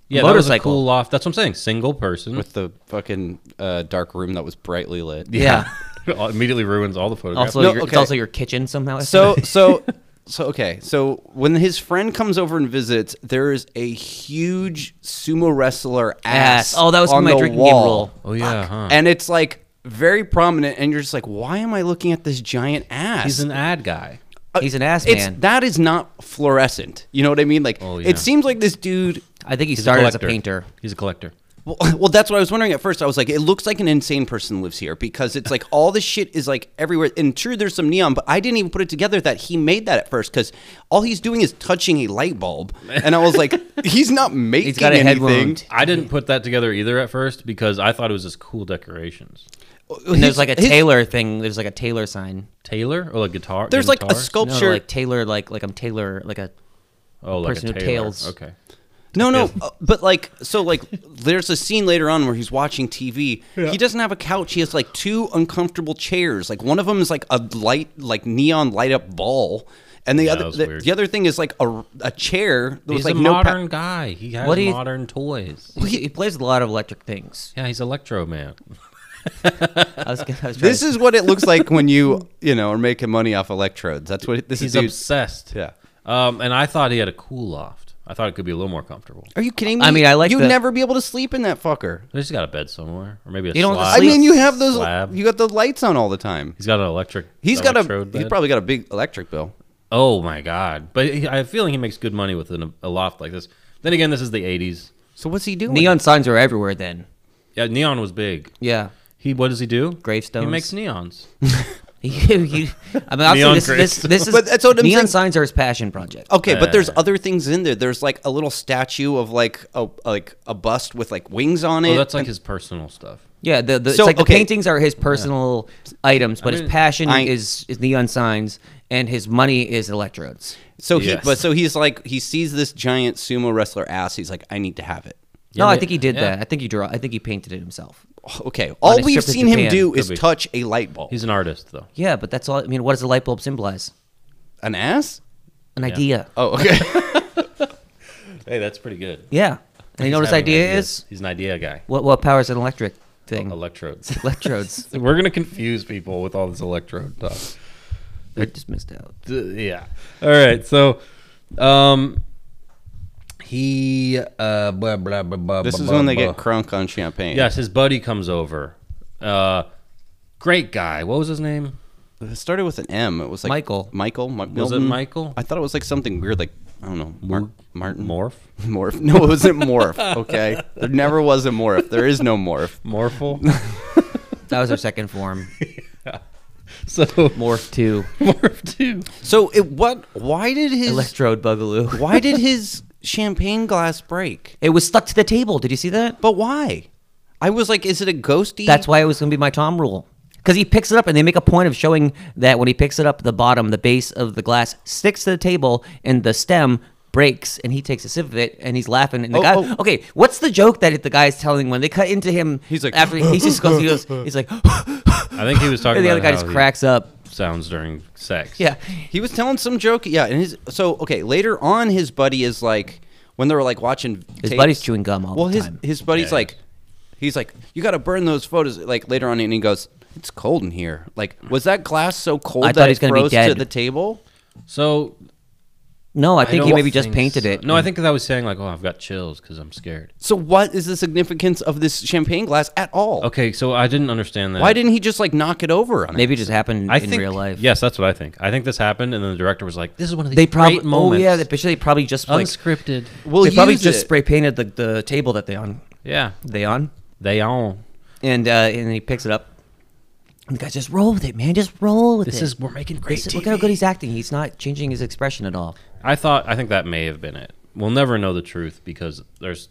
Speaker 1: yeah, that was a
Speaker 3: motorcycle.
Speaker 1: cool loft. That's what I'm saying. Single person.
Speaker 2: with the fucking uh, dark room that was brightly lit.
Speaker 3: yeah.
Speaker 1: immediately ruins all the photographs.
Speaker 3: Also,
Speaker 2: No,
Speaker 3: your, it's
Speaker 2: okay.
Speaker 3: also your kitchen somehow.
Speaker 2: So so so okay. So when his friend comes over and visits, there is a huge sumo wrestler ass.
Speaker 3: ass. Oh, that was
Speaker 2: on
Speaker 3: my
Speaker 2: the
Speaker 3: drinking game
Speaker 2: wall.
Speaker 3: rule.
Speaker 1: oh yeah, huh?
Speaker 2: and it's like very prominent, and you're just like, why am I looking at this giant ass? Uh,
Speaker 1: He's an ad guy.
Speaker 3: He's an ass
Speaker 2: it's
Speaker 3: man.
Speaker 2: that is not fluorescent. You know what I mean? Like
Speaker 1: Oh, yeah.
Speaker 2: it seems like this dude.
Speaker 3: I think he
Speaker 1: He's
Speaker 3: started as a
Speaker 1: collector.
Speaker 3: painter.
Speaker 1: He's a collector.
Speaker 2: Well, well, that's what I was wondering at first. I was like, it looks like an insane person lives here because it's like all this shit is like everywhere. And true, there's some neon, but I didn't even put it together that he made that at first because all he's doing is touching a light bulb. And I was like, he's not making
Speaker 3: He's got a head
Speaker 2: anything.
Speaker 3: wound.
Speaker 1: I didn't put that together either at first because I thought it was just cool decorations.
Speaker 3: And there's
Speaker 2: His-
Speaker 3: like a
Speaker 2: his-
Speaker 3: tailor thing. There's like a tailor sign.
Speaker 1: Taylor or like guitar?
Speaker 2: There's like a
Speaker 1: guitars?
Speaker 3: No,
Speaker 2: sculpture.
Speaker 3: like tailor, like like I'm tailor, like a
Speaker 1: oh, like
Speaker 3: person
Speaker 1: a
Speaker 3: who
Speaker 1: tailor.
Speaker 3: tails.
Speaker 1: Okay.
Speaker 2: No, no,
Speaker 1: Yeah.
Speaker 2: uh, but like, so like, there's a scene later on where he's watching TV. He doesn't have a couch. He has like two uncomfortable chairs. Like one of them is like a light, like neon light up ball, and the
Speaker 1: Yeah, that
Speaker 2: other,
Speaker 1: was
Speaker 2: the,
Speaker 1: weird.
Speaker 2: the other thing is like a, a chair. That was
Speaker 1: He's
Speaker 2: like
Speaker 1: a
Speaker 2: no pa-
Speaker 1: modern guy. He has
Speaker 3: What do you-
Speaker 1: modern toys.
Speaker 3: he, he plays with a lot of electric things.
Speaker 1: Yeah, he's electro man.
Speaker 3: I was, gonna- I was trying
Speaker 2: this
Speaker 3: to,
Speaker 2: is what it looks like when you, you know, are making money off electrodes. That's what it- this
Speaker 1: He's
Speaker 2: is. dude.
Speaker 1: obsessed.
Speaker 2: Yeah.
Speaker 1: Um, and I thought he had a cool loft. I thought it could be a little more comfortable.
Speaker 2: Are you kidding me?
Speaker 3: I mean, I like
Speaker 2: You'd
Speaker 3: the-
Speaker 2: never be able to sleep in that fucker.
Speaker 1: He's got a bed somewhere, or maybe a
Speaker 3: You don't have to
Speaker 1: slide.
Speaker 2: I
Speaker 3: Sleep
Speaker 2: mean, you have those.
Speaker 1: slab.
Speaker 2: You got the lights on all the time.
Speaker 1: He's got an electric.
Speaker 2: He's got a.
Speaker 1: electrode
Speaker 2: He's
Speaker 1: bed.
Speaker 2: probably got a big electric bill.
Speaker 1: Oh my god! But he, I have a feeling he makes good money with an, a loft like this. Then again, this is the '80s.
Speaker 2: So what's he doing?
Speaker 3: neon signs are everywhere. Then
Speaker 1: Yeah, neon was big.
Speaker 3: yeah,
Speaker 1: He what does he do?
Speaker 3: Gravestones.
Speaker 1: He makes neons.
Speaker 3: You- you- I mean, obviously,
Speaker 1: Neon
Speaker 3: this, this,
Speaker 1: gravestones.
Speaker 3: this is
Speaker 2: But that's what I'm
Speaker 3: neon
Speaker 2: saying.
Speaker 3: signs are his passion project.
Speaker 2: Okay, but there's
Speaker 1: Uh.
Speaker 2: other things in there. There's like a little statue of like a like a bust with like wings on it.
Speaker 1: Oh, that's like
Speaker 2: and-
Speaker 1: his personal stuff.
Speaker 3: Yeah, the, the,
Speaker 2: So,
Speaker 3: it's like
Speaker 2: okay.
Speaker 3: the paintings are his personal items, but
Speaker 1: mean,
Speaker 3: his passion
Speaker 2: I-
Speaker 3: is, is neon signs, and his money is electrodes.
Speaker 2: so he
Speaker 1: Yes.
Speaker 2: but so he's like he sees this giant sumo wrestler ass. He's like, I need to have it.
Speaker 3: no,
Speaker 1: Yeah,
Speaker 3: I think he did
Speaker 1: yeah.
Speaker 3: that. I think he draw. I think he painted it himself.
Speaker 2: Oh, Okay, all
Speaker 3: a
Speaker 2: we've
Speaker 3: trip to
Speaker 2: seen him
Speaker 3: Japan.
Speaker 2: do
Speaker 1: Could
Speaker 2: is
Speaker 1: be.
Speaker 2: touch a light bulb.
Speaker 1: He's an artist though.
Speaker 3: Yeah, but that's all. I mean, what does a light bulb symbolize?
Speaker 2: an ass.
Speaker 3: An idea.
Speaker 2: Oh, okay.
Speaker 1: Hey, that's pretty good.
Speaker 3: Yeah. And you know what his idea is?
Speaker 1: He's an idea guy.
Speaker 3: What what powers an electric thing?
Speaker 1: Mm. Electrodes.
Speaker 3: Electrodes.
Speaker 1: We're gonna confuse people with all this electrode stuff.
Speaker 3: I just missed out.
Speaker 1: D- yeah. All right. So, um, he uh, blah blah blah blah.
Speaker 2: this
Speaker 1: blah,
Speaker 2: is
Speaker 1: blah,
Speaker 2: when they get
Speaker 1: blah.
Speaker 2: crunk on champagne.
Speaker 1: Yes, his buddy comes over. Uh, great guy. What was his name?
Speaker 2: it started with an M. It was like
Speaker 3: Michael.
Speaker 2: Michael. Mi-
Speaker 1: Was it
Speaker 2: Milton?
Speaker 1: Michael?
Speaker 2: I thought it was like something weird, like I don't know, Mar- Martin
Speaker 1: Morph.
Speaker 2: Morph. No, it wasn't morph. Okay, there never was a morph. There is no morph.
Speaker 1: Morphle.
Speaker 3: That was our second form.
Speaker 1: so
Speaker 3: Morph two.
Speaker 1: Morph too.
Speaker 2: So it what? Why did his
Speaker 3: Electrode bugaloo.
Speaker 2: why did his champagne glass break?
Speaker 3: It was stuck to the table. Did you see that?
Speaker 2: But why? I was like, is it a ghosty?
Speaker 3: That's why it was going to be my Tom rule. Because he picks it up, and they make a point of showing that when he picks it up, the bottom, the base of the glass sticks to the table, and the stem breaks, and he takes a sip of it, and he's laughing. And the
Speaker 2: Oh,
Speaker 3: guy,
Speaker 2: oh.
Speaker 3: okay, what's the joke that the guy is telling when they cut into him?
Speaker 2: He's like,
Speaker 3: after he just goes, he goes, he's like,
Speaker 1: I think he was talking.
Speaker 3: and
Speaker 1: about
Speaker 3: the other guy
Speaker 1: how
Speaker 3: just
Speaker 1: he
Speaker 3: cracks up.
Speaker 1: sounds during sex.
Speaker 3: Yeah,
Speaker 2: He was telling some joke. Yeah, and his so okay. Later on, his buddy is like when they were like watching.
Speaker 3: his
Speaker 2: tapes-
Speaker 3: buddy's chewing gum all
Speaker 2: Well,
Speaker 3: the
Speaker 2: his
Speaker 3: time.
Speaker 2: his buddy's
Speaker 1: Yeah, yeah.
Speaker 2: like, he's like, you got to burn those photos. Like later on, and he goes, it's cold in here. Like, was that glass so cold
Speaker 3: I thought
Speaker 2: that
Speaker 3: he's
Speaker 2: it
Speaker 3: gonna be
Speaker 2: froze to
Speaker 3: dead.
Speaker 2: the table?
Speaker 1: So
Speaker 3: no, I think he
Speaker 1: don't
Speaker 3: maybe just
Speaker 1: think
Speaker 3: painted
Speaker 1: so.
Speaker 3: it. Mm.
Speaker 1: No, I think that I was saying like, oh, I've got chills because I'm scared.
Speaker 2: So what is the significance of this champagne glass at all?
Speaker 1: Okay, so I didn't understand that.
Speaker 2: Why didn't he just like knock it over on
Speaker 3: maybe
Speaker 2: it?
Speaker 3: it just happened
Speaker 1: I
Speaker 3: in
Speaker 1: think,
Speaker 3: real life.
Speaker 1: Yes, that's what I think. I think this happened, and then the director was like, "This is one of these
Speaker 3: They
Speaker 1: probably,
Speaker 3: probably,
Speaker 1: great moments."
Speaker 3: oh yeah, they, they probably just like,
Speaker 1: unscripted.
Speaker 2: We'll
Speaker 3: they probably
Speaker 2: use it.
Speaker 3: just spray painted the, the table that they on
Speaker 1: Yeah,
Speaker 3: they on,
Speaker 1: they on.
Speaker 3: and uh, and he picks it up. And the guy says, "Roll with it, man. Just roll with
Speaker 1: This
Speaker 3: it."
Speaker 1: is we're making great
Speaker 3: This is-
Speaker 1: TV.
Speaker 3: look how good he's acting. He's not changing his expression at all.
Speaker 1: I thought. I think that may have been it. We'll never know the truth because there's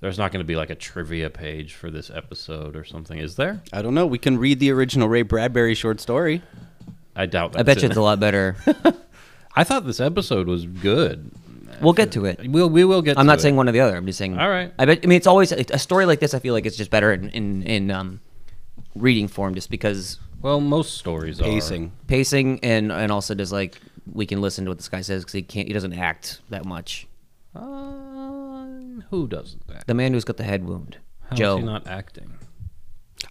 Speaker 1: there's not going to be like a trivia page for this episode or something. Is there?
Speaker 2: I don't know. We can read the original Ray Bradbury short story.
Speaker 1: I doubt. That's
Speaker 3: I bet you
Speaker 1: it.
Speaker 3: it's a lot better.
Speaker 1: I thought this episode was good.
Speaker 3: we'll get to it.
Speaker 1: We'll we will get.
Speaker 3: I'm
Speaker 1: to
Speaker 3: not
Speaker 1: it.
Speaker 3: saying one or the other. I'm just saying.
Speaker 1: All right.
Speaker 3: I bet. I mean, it's always a story like this. I feel like it's just better in in, in um, reading form, just because
Speaker 1: Well, most stories
Speaker 2: Pacing.
Speaker 3: pacing and and also just like we can listen to what this guy says because he can't. He doesn't act that much.
Speaker 1: are. Uh, who doesn't act?
Speaker 3: The man who's got the head wound,
Speaker 1: How is
Speaker 3: Joe.
Speaker 1: he not acting?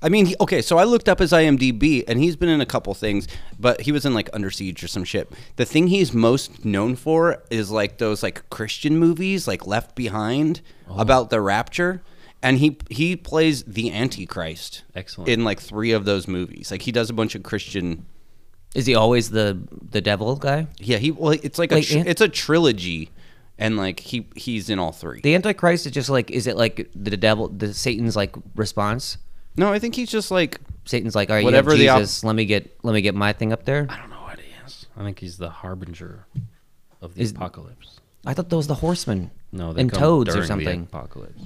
Speaker 2: I mean, he, okay, so I looked up his IMDb, and he's been in a couple things, but he was in like Under Siege or some shit. The thing he's most known for is like those like Christian movies, like Left Behind,
Speaker 3: Oh.
Speaker 2: about the Rapture, and he he plays the Antichrist.
Speaker 1: Excellent.
Speaker 2: In like three of those movies, like he does a bunch of Christian.
Speaker 3: Is he always the the devil guy?
Speaker 2: Yeah, he well, it's like a
Speaker 3: Wait,
Speaker 2: tr-
Speaker 3: Ant-
Speaker 2: it's a trilogy, and like he he's in all three.
Speaker 3: The Antichrist is just like is it like the devil, the Satan's like response?
Speaker 2: no, I think he's just like
Speaker 3: Satan's like, all right,
Speaker 2: Whatever
Speaker 3: you
Speaker 2: the op-
Speaker 3: have Jesus, let me get let me get my thing up there.
Speaker 1: I don't know what he is. I think he's the harbinger of the
Speaker 3: Is-
Speaker 1: apocalypse.
Speaker 3: I thought that was the horseman.
Speaker 1: No, they
Speaker 3: and
Speaker 1: come
Speaker 3: toads
Speaker 1: during
Speaker 3: or
Speaker 1: the
Speaker 3: something.
Speaker 1: apocalypse.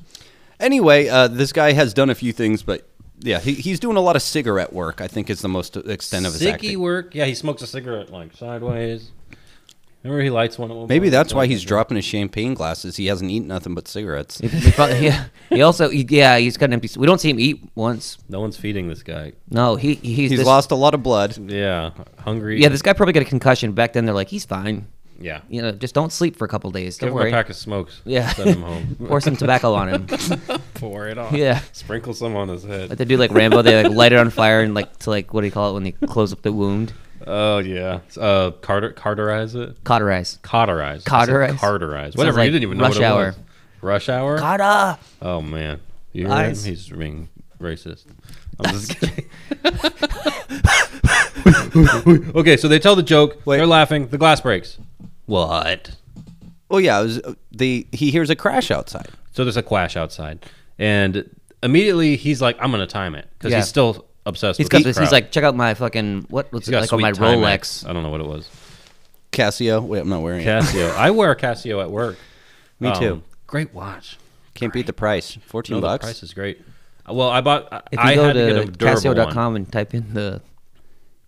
Speaker 2: Anyway, uh, this guy has done a few things, but yeah, he, he's doing a lot of cigarette work. I think is the most extent of his
Speaker 1: Sicky
Speaker 2: acting.
Speaker 1: work. Yeah, he smokes a cigarette like sideways. Remember, he lights one. At one
Speaker 2: Maybe
Speaker 1: point?
Speaker 2: that's why
Speaker 1: Don't
Speaker 2: he's
Speaker 1: think-
Speaker 2: dropping his champagne glasses. He hasn't eaten nothing but cigarettes.
Speaker 3: He probably- yeah. He also he- yeah he's got an empty. We don't see him eat once.
Speaker 1: No one's feeding this guy.
Speaker 3: No, he he's,
Speaker 2: He's
Speaker 3: this-
Speaker 2: lost a lot of blood.
Speaker 1: Yeah, hungry.
Speaker 3: Yeah, this guy probably got a concussion. Back then they're like, he's fine.
Speaker 1: Yeah,
Speaker 3: You know, just don't sleep for a couple days. Don't
Speaker 1: give him
Speaker 3: worry.
Speaker 1: a pack of smokes.
Speaker 3: yeah,
Speaker 1: send him home.
Speaker 3: pour some tobacco on him.
Speaker 1: Pour it on.
Speaker 3: Yeah.
Speaker 1: sprinkle some on his
Speaker 3: But
Speaker 1: head.
Speaker 3: they do like Rambo. They like light it on fire and like to like what do you call it when they close up the wound?
Speaker 1: Oh yeah, uh, carter carterize it.
Speaker 3: Cauterize.
Speaker 1: Cauterize. I said
Speaker 3: Cauterize?
Speaker 1: Carterize.
Speaker 3: Sounds
Speaker 1: Whatever.
Speaker 3: like
Speaker 1: you didn't even know
Speaker 3: rush
Speaker 1: what it
Speaker 3: hour.
Speaker 1: was. Rush hour.
Speaker 3: Cauda.
Speaker 1: Oh man, you hear him?
Speaker 3: Eyes.
Speaker 1: He's being racist. I'm just kidding. okay, so they tell the joke.
Speaker 2: Wait.
Speaker 1: They're laughing. The glass breaks. What?
Speaker 2: Oh yeah, it was, uh, the he hears a crash outside.
Speaker 1: So there's a clash outside, and immediately he's like, I'm gonna time it because
Speaker 3: Yeah.
Speaker 1: he's still obsessed.
Speaker 3: He's
Speaker 1: with
Speaker 3: got
Speaker 1: this
Speaker 3: this. He's
Speaker 1: crap.
Speaker 3: like, check out my fucking what was
Speaker 1: He's
Speaker 3: it
Speaker 1: got
Speaker 3: like on
Speaker 1: sweet
Speaker 3: my
Speaker 1: Timex.
Speaker 3: Rolex?
Speaker 1: I don't know what it was.
Speaker 2: Casio. Wait, I'm not wearing it.
Speaker 1: Casio. I wear a Casio at work.
Speaker 2: Me
Speaker 1: Um,
Speaker 2: too.
Speaker 1: Great watch.
Speaker 2: Can't beat the price. Fourteen
Speaker 1: No, the
Speaker 2: bucks.
Speaker 1: price is great. Uh, Well, I bought. I-
Speaker 3: If you
Speaker 1: I
Speaker 3: go
Speaker 1: had to,
Speaker 3: to,
Speaker 1: get a durable one.
Speaker 3: Casio.com and type in the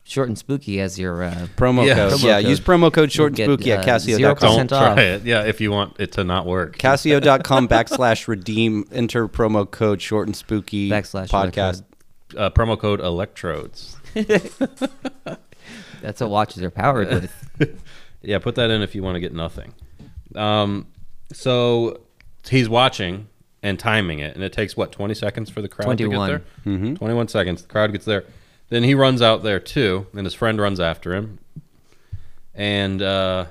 Speaker 3: short and spooky as your uh,
Speaker 2: Promo
Speaker 1: Yeah.
Speaker 2: code.
Speaker 1: Promo
Speaker 2: yeah,
Speaker 3: code.
Speaker 2: use promo code short and
Speaker 3: You'll
Speaker 2: spooky
Speaker 3: get,
Speaker 2: at
Speaker 3: uh,
Speaker 2: Casio.com.
Speaker 1: Don't
Speaker 3: 0% off.
Speaker 1: try it. Yeah, if you want it to not work.
Speaker 2: Casio.com backslash redeem. Enter promo code short and spooky
Speaker 3: Backslash
Speaker 2: podcast.
Speaker 3: short
Speaker 1: uh, promo code electrodes.
Speaker 3: that's what watches are powered with.
Speaker 1: Yeah, put that in if you want to get nothing. Um, so he's watching and timing it, and it takes what twenty seconds for the crowd to
Speaker 3: 21.
Speaker 1: get there. Mm-hmm. Twenty-one seconds. The crowd gets there. Then he runs out there too, and his friend runs after him. And uh,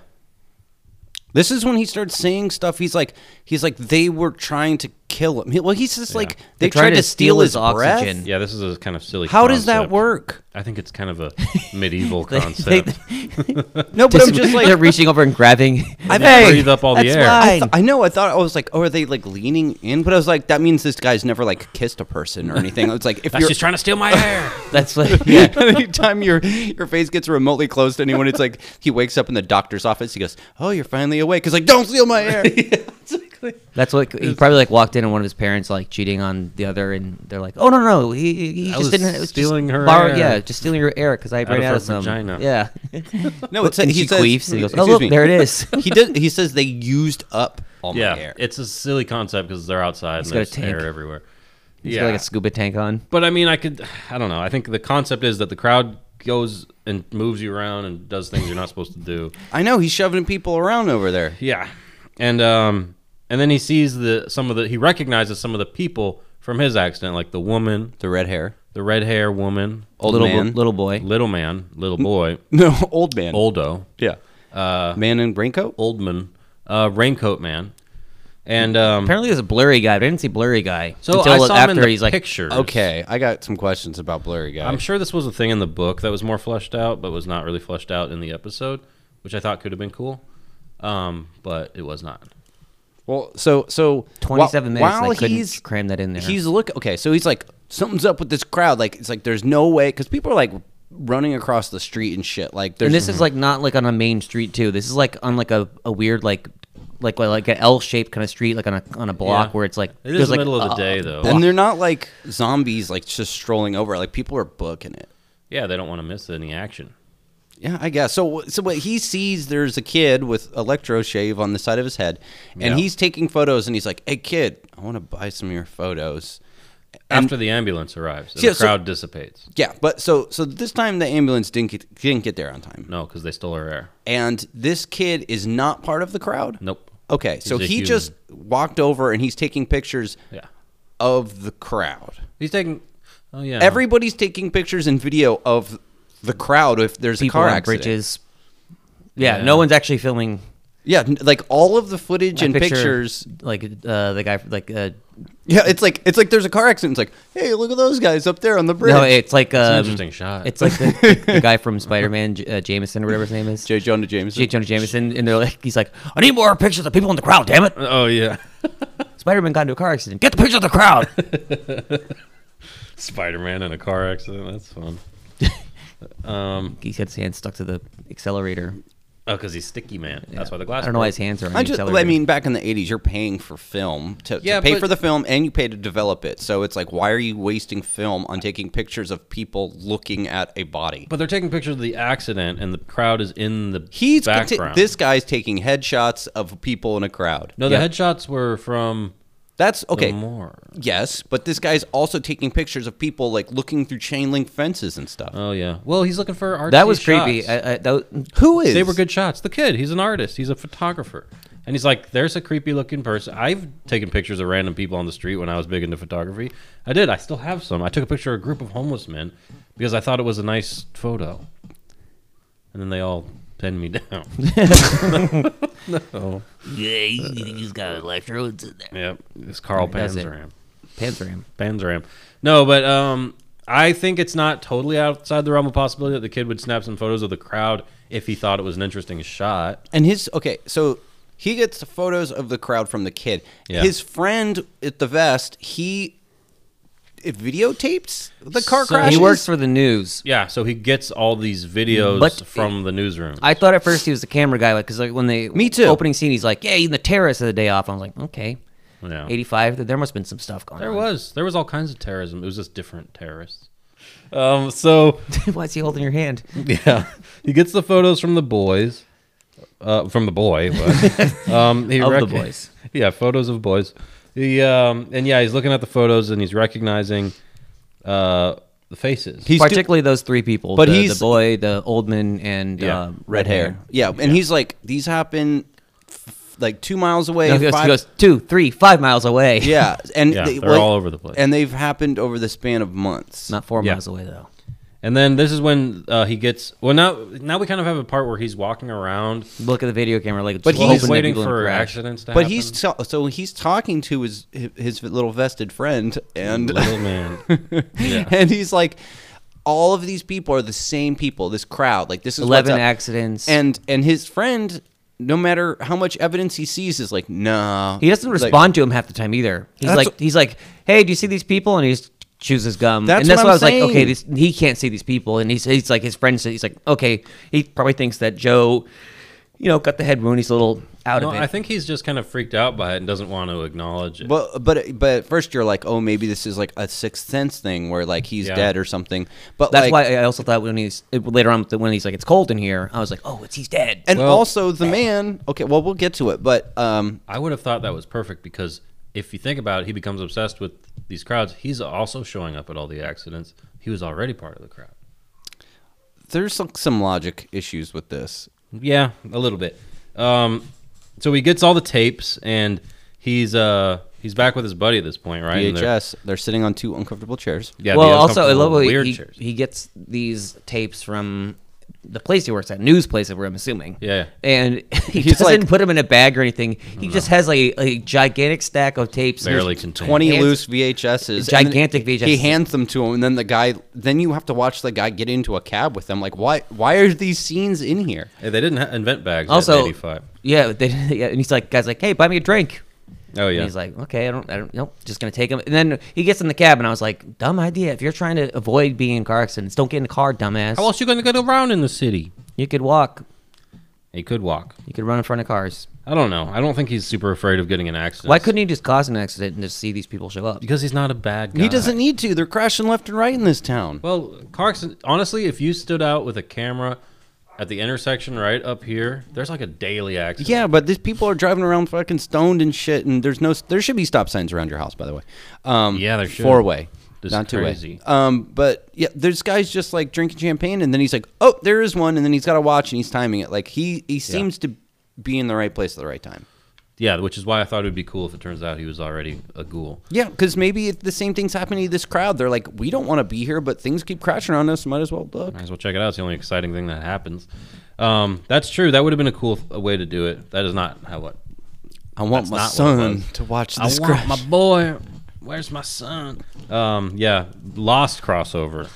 Speaker 2: This is when he starts saying stuff. He's like, he's like, they were trying to kill him. He- Well, he's just like, they
Speaker 3: They tried
Speaker 2: tried to, steal his,
Speaker 3: oxygen.
Speaker 2: Breath?
Speaker 1: yeah, this is a kind of silly.
Speaker 2: How does that
Speaker 1: concept.
Speaker 2: work?
Speaker 1: I think it's kind of a medieval
Speaker 3: They-
Speaker 1: concept.
Speaker 3: they-
Speaker 2: No, but I'm just
Speaker 3: they're
Speaker 2: like,
Speaker 3: reaching over and grabbing.
Speaker 2: I
Speaker 1: They breathe up all the
Speaker 3: that's
Speaker 1: air.
Speaker 3: why-
Speaker 2: I, th- I know. I thought I was like, oh, are they like leaning in? But I was like, that means this guy's never like kissed a person or anything. It's like if
Speaker 1: That's
Speaker 2: you're
Speaker 1: just trying to steal my hair.
Speaker 3: That's like yeah.
Speaker 2: anytime your your face gets remotely close to anyone, it's like he wakes up in the doctor's office. He goes, oh, you're finally awake. He's like, don't steal my hair.
Speaker 3: That's what he probably like walked in and one of his parents like cheating on the other, and they're like, "Oh no, no, no, he, he- he
Speaker 1: I
Speaker 3: just
Speaker 1: was
Speaker 3: didn't it was just
Speaker 1: stealing her air."
Speaker 3: yeah, just stealing your air because I ran
Speaker 1: of
Speaker 3: out
Speaker 1: her
Speaker 3: of some."
Speaker 1: vagina.
Speaker 3: Yeah,
Speaker 2: No, it's
Speaker 3: and
Speaker 2: he
Speaker 3: she
Speaker 2: says,
Speaker 3: queefs and he goes, "Oh
Speaker 2: excuse
Speaker 3: look,
Speaker 2: me."
Speaker 3: there it is."
Speaker 2: He does. He says they used up all
Speaker 1: yeah,
Speaker 2: my hair.
Speaker 1: it's a silly concept because they're outside and
Speaker 3: got a
Speaker 1: there's hair
Speaker 3: tank.
Speaker 1: everywhere.
Speaker 3: He's got like a scuba tank on.
Speaker 1: But I mean, I could, I don't know. I think the concept is that the crowd goes and moves you around and does things you're not supposed to do.
Speaker 2: I know he's shoving people around over there.
Speaker 1: Yeah, and um, and then he sees the some of the he recognizes some of the people from his accident, like the woman,
Speaker 2: The red hair,
Speaker 1: the red hair woman,
Speaker 2: old
Speaker 3: little
Speaker 2: man,
Speaker 3: bo- little boy.
Speaker 1: little man, little boy,
Speaker 2: no, old Uh, man,
Speaker 1: oldo,
Speaker 2: yeah, man in raincoat.
Speaker 1: oldman, uh, raincoat man, and um,
Speaker 3: Apparently, there's a blurry guy. But I didn't see blurry guy
Speaker 1: so
Speaker 3: until
Speaker 1: I saw
Speaker 3: after
Speaker 1: him in the
Speaker 3: he's like,
Speaker 1: pictures.
Speaker 2: Okay, I got some questions about blurry guy.
Speaker 1: I'm sure this was a thing in the book that was more fleshed out, but was not really fleshed out in the episode, which I thought could have been cool, um, but it was not.
Speaker 2: well, so so whi-
Speaker 3: 27 minutes, and I
Speaker 2: While
Speaker 3: couldn't
Speaker 2: he's
Speaker 3: cram that in there.
Speaker 2: he's look okay. So he's like, something's up with this crowd. Like it's like there's no way because people are like running across the street and shit. Like there's
Speaker 3: and this is like not like on a main street too. This is like on like a, a weird like like like an L shaped kind of street, like on a on a block
Speaker 1: Yeah.
Speaker 3: where it's like
Speaker 1: It uh, is
Speaker 3: there's,
Speaker 1: the
Speaker 3: like, uh,
Speaker 1: middle of the
Speaker 3: a-
Speaker 1: day, though.
Speaker 2: and they're not like zombies like just strolling over. Like people are booking it.
Speaker 1: yeah, they don't want to miss any action.
Speaker 2: Yeah, I guess. So, so what he sees, there's a kid with electro shave on the side of his head, and
Speaker 1: Yeah.
Speaker 2: he's taking photos, and he's like, "Hey, kid, I want to buy some of your photos."
Speaker 1: After the ambulance arrives, and
Speaker 2: Yeah,
Speaker 1: the
Speaker 2: so-
Speaker 1: crowd dissipates.
Speaker 2: Yeah, but so so this time the ambulance didn't get, didn't get there on time,
Speaker 1: No, because they stole her air.
Speaker 2: and this kid is not part of the crowd.
Speaker 1: Nope.
Speaker 2: Okay, so
Speaker 1: He's a
Speaker 2: he
Speaker 1: human.
Speaker 2: just walked over and he's taking pictures
Speaker 1: Yeah,
Speaker 2: of the crowd.
Speaker 1: he's taking. Oh yeah,
Speaker 2: Everybody's taking pictures and video of the crowd if there's
Speaker 3: people
Speaker 2: a car
Speaker 3: on
Speaker 2: accident.
Speaker 3: bridges. Yeah,
Speaker 1: Yeah.
Speaker 3: no one's actually filming.
Speaker 2: Yeah, n- like all of the footage
Speaker 3: I
Speaker 2: and
Speaker 3: picture,
Speaker 2: pictures
Speaker 3: like uh, the guy like uh,
Speaker 2: Yeah, it's like it's like there's a car accident. It's like, hey, look at those guys up there on the bridge.
Speaker 3: no, it's like um,
Speaker 1: an interesting shot.
Speaker 3: It's like the, the guy from Spider Man, uh, Jameson or whatever his name is.
Speaker 2: J. Jonah Jameson.
Speaker 3: J. Jonah Jameson, and they're like, he's like, I need more pictures of people in the crowd. Damn it!
Speaker 1: oh yeah,
Speaker 3: Spider Man got into a car accident. Get the picture of the crowd.
Speaker 1: Spider Man in a car accident. That's fun.
Speaker 3: he had his hand stuck to the accelerator.
Speaker 1: Oh, because he's Sticky Man. That's why the glass.
Speaker 3: I don't know why
Speaker 1: broke.
Speaker 3: his hands are on
Speaker 2: I
Speaker 3: the
Speaker 2: just,
Speaker 3: accelerator.
Speaker 2: I mean, back in the '80s, you're paying for film to, to
Speaker 1: Yeah,
Speaker 2: pay
Speaker 1: but-
Speaker 2: for the film, and you pay to develop it. So it's like, why are you wasting film on taking pictures of people looking at a body?
Speaker 1: But they're taking pictures of the accident, and the crowd is in the
Speaker 2: He's conti-
Speaker 1: background.
Speaker 2: this guy's taking headshots of people in a crowd.
Speaker 1: No, the
Speaker 3: Yeah.
Speaker 1: headshots were from
Speaker 2: That's okay.
Speaker 1: okay. Moore.
Speaker 2: Yes, but this guy's also taking pictures of people like looking through chain link fences and stuff.
Speaker 1: Oh yeah. Well, he's looking for artsy
Speaker 3: that was creepy.
Speaker 1: shots.
Speaker 3: I, I, that was-
Speaker 2: Who is?
Speaker 1: they were good shots. The kid, he's an artist. He's a photographer, and he's like, "There's a creepy looking person." I've taken pictures of random people on the street when I was big into photography. I did. I still have some. I took a picture of a group of homeless men because I thought it was a nice photo, and then they all pinned me down. no.
Speaker 4: Yeah, you think he's got electrodes in there?
Speaker 1: Yep. It's Carl
Speaker 3: That's it.
Speaker 1: Panzeram.
Speaker 3: Panzeram.
Speaker 1: Panzeram. No, but um, I think it's not totally outside the realm of possibility that the kid would snap some photos of the crowd if he thought it was an interesting shot.
Speaker 2: And his okay, so he gets the photos of the crowd from the kid.
Speaker 1: Yeah.
Speaker 2: His friend at the vest, he it videotapes the car
Speaker 1: So-
Speaker 2: crashes.
Speaker 3: He works for the news.
Speaker 1: Yeah, so he gets all these videos
Speaker 3: But-
Speaker 1: from the newsroom.
Speaker 3: I thought at first he was the camera guy, like, because like when they
Speaker 2: Me too.
Speaker 3: opening scene, he's like, "Yeah, even the terrorists of the day off." I'm like, "Okay,
Speaker 1: yeah.
Speaker 3: '85. There must have been some stuff going
Speaker 1: There
Speaker 3: on."
Speaker 1: was there was all kinds of terrorism. It was just different terrorists. Um, so
Speaker 3: Why is he holding your hand?
Speaker 1: yeah, he gets the photos from the boys, uh, from the boy. But, um, he
Speaker 3: Of the
Speaker 1: rec-
Speaker 3: boys.
Speaker 1: Yeah, photos of boys. He um, and yeah, he's looking at the photos and he's recognizing uh, the faces.
Speaker 2: He's do-
Speaker 3: Particularly those three people,
Speaker 2: But
Speaker 3: the,
Speaker 2: he's-
Speaker 3: the boy, the old man, and
Speaker 1: Yeah,
Speaker 3: uh,
Speaker 2: red hair. Yeah, and he's like, these happen f- like two miles away.
Speaker 3: No, he, goes, he
Speaker 2: five-
Speaker 3: goes two, three, five miles away.
Speaker 2: yeah, and
Speaker 1: Yeah,
Speaker 2: they,
Speaker 1: they're all over the place.
Speaker 2: and they've happened over the span of months.
Speaker 3: not four
Speaker 1: Yeah.
Speaker 3: miles away though.
Speaker 1: and then this is when uh, he gets. Well, now now we kind of have a part where he's walking around.
Speaker 3: Look at the video camera, like,
Speaker 2: But
Speaker 3: just
Speaker 2: he's
Speaker 3: hoping that
Speaker 1: waiting
Speaker 3: people don't
Speaker 1: for
Speaker 3: crash.
Speaker 1: accidents to
Speaker 2: but
Speaker 1: happen.
Speaker 2: he's so, so he's talking to his his little vested friend, and
Speaker 1: little man. Yeah.
Speaker 2: and he's like, all of these people are the same people. This crowd, like this is what's
Speaker 3: Eleven
Speaker 2: up.
Speaker 3: accidents,
Speaker 2: and and his friend, no matter how much evidence he sees, is like, no,
Speaker 3: he doesn't
Speaker 2: Like,
Speaker 3: respond to him half the time either. He's
Speaker 2: That's-
Speaker 3: like, he's like, "Hey, do you see these people?" And he just chews his gum.
Speaker 2: That's
Speaker 3: and that's
Speaker 2: what
Speaker 3: why I
Speaker 2: I'm
Speaker 3: was like, "Okay,
Speaker 2: saying.
Speaker 3: this, he can't see these people." And he's, he's like, his friend said, "He's like, okay, he probably thinks that Joe, you know, got the head wound. He's a little out
Speaker 1: No,
Speaker 3: of it."
Speaker 1: I think he's just kind of freaked out by it and doesn't want to acknowledge it.
Speaker 2: But but but at first you're like, oh, maybe this is like a sixth sense thing where like he's
Speaker 1: Yeah.
Speaker 2: dead or something. But
Speaker 3: that's
Speaker 2: like,
Speaker 3: why I also thought when he's later on when he's like, "It's cold in here," I was like, "Oh, it's he's dead."
Speaker 2: and
Speaker 1: Well-
Speaker 2: also the man. Okay, well we'll get to it, but um,
Speaker 1: I would have thought that was perfect because if you think about it, he becomes obsessed with these crowds. He's also showing up at all the accidents. He was already part of the crowd.
Speaker 2: there's some, some logic issues with this.
Speaker 1: Yeah, a little bit. Um, so he gets all the tapes and he's uh he's back with his buddy at this point, right? And they're-
Speaker 2: VHS, they're sitting on two uncomfortable chairs.
Speaker 1: Yeah.
Speaker 3: well,
Speaker 1: the
Speaker 3: also I love
Speaker 1: uncomfortable
Speaker 3: how
Speaker 1: weird
Speaker 3: he,
Speaker 1: chairs.
Speaker 3: he gets these tapes from the place he works at, news place that we're I'm assuming.
Speaker 1: Yeah.
Speaker 3: And he
Speaker 2: He's
Speaker 3: doesn't
Speaker 2: like-
Speaker 3: put them in a bag or anything. He just has like a gigantic stack of tapes. and
Speaker 1: barely
Speaker 3: there's-
Speaker 1: contained.
Speaker 2: Twenty
Speaker 3: Hands-
Speaker 2: loose VHSs, and
Speaker 3: Gigantic
Speaker 2: then He
Speaker 3: VHSs.
Speaker 2: hands them to him, and then the guy. Then you have to watch the guy get into a cab with them. Like, why? Why are these scenes in here?
Speaker 1: Hey, they didn't ha- invent bags.
Speaker 3: Also,
Speaker 1: eighty five.
Speaker 3: yeah, they, yeah, and he's like, guys, like, hey, buy me a drink.
Speaker 1: Oh yeah.
Speaker 3: And he's like, okay, I don't, I don't, nope, just gonna take him. And then he gets in the cab, and I was like, dumb idea. If you're trying to avoid being in car accidents, don't get in the car, dumbass.
Speaker 1: how else you gonna get around in the city?
Speaker 3: You could walk.
Speaker 1: He could walk.
Speaker 3: You could run in front of cars.
Speaker 1: I don't know. I don't think he's super afraid of getting an accident.
Speaker 3: Why couldn't he just cause an accident and just see these people show up?
Speaker 1: Because he's not a bad guy.
Speaker 2: He doesn't need to. They're crashing left and right in this town.
Speaker 1: Well, Clarkson, honestly, if you stood out with a camera at the intersection right up here, there's like a daily accident.
Speaker 2: Yeah, but these people are driving around fucking stoned and shit, and there's no. There should be stop signs around your house, by the way. Um,
Speaker 1: Yeah, there should.
Speaker 2: Four way,
Speaker 1: This
Speaker 2: not
Speaker 1: is
Speaker 2: two way.
Speaker 1: crazy.
Speaker 2: Um, but yeah, there's guys just like drinking champagne, and then he's like, "Oh, there is one," and then he's got to watch, and he's timing it. Like he he seems to be in the right place at the right time.
Speaker 1: Yeah, which is why I thought it would be cool if it turns out he was already a ghoul.
Speaker 2: Yeah, because maybe if the same thing's happening to this crowd. They're like, "We don't want to be here, but things keep crashing on us. Might as well look."
Speaker 1: Might as well check it out. It's the only exciting thing that happens. Um, that's true. That would have been a cool th- way to do it. That is not how what.
Speaker 2: I
Speaker 1: That's
Speaker 2: want my
Speaker 1: not what it
Speaker 2: son
Speaker 1: was.
Speaker 2: to watch
Speaker 1: I
Speaker 2: this
Speaker 1: want
Speaker 2: crash.
Speaker 1: my boy. Where's my son? Um, yeah, lost crossover.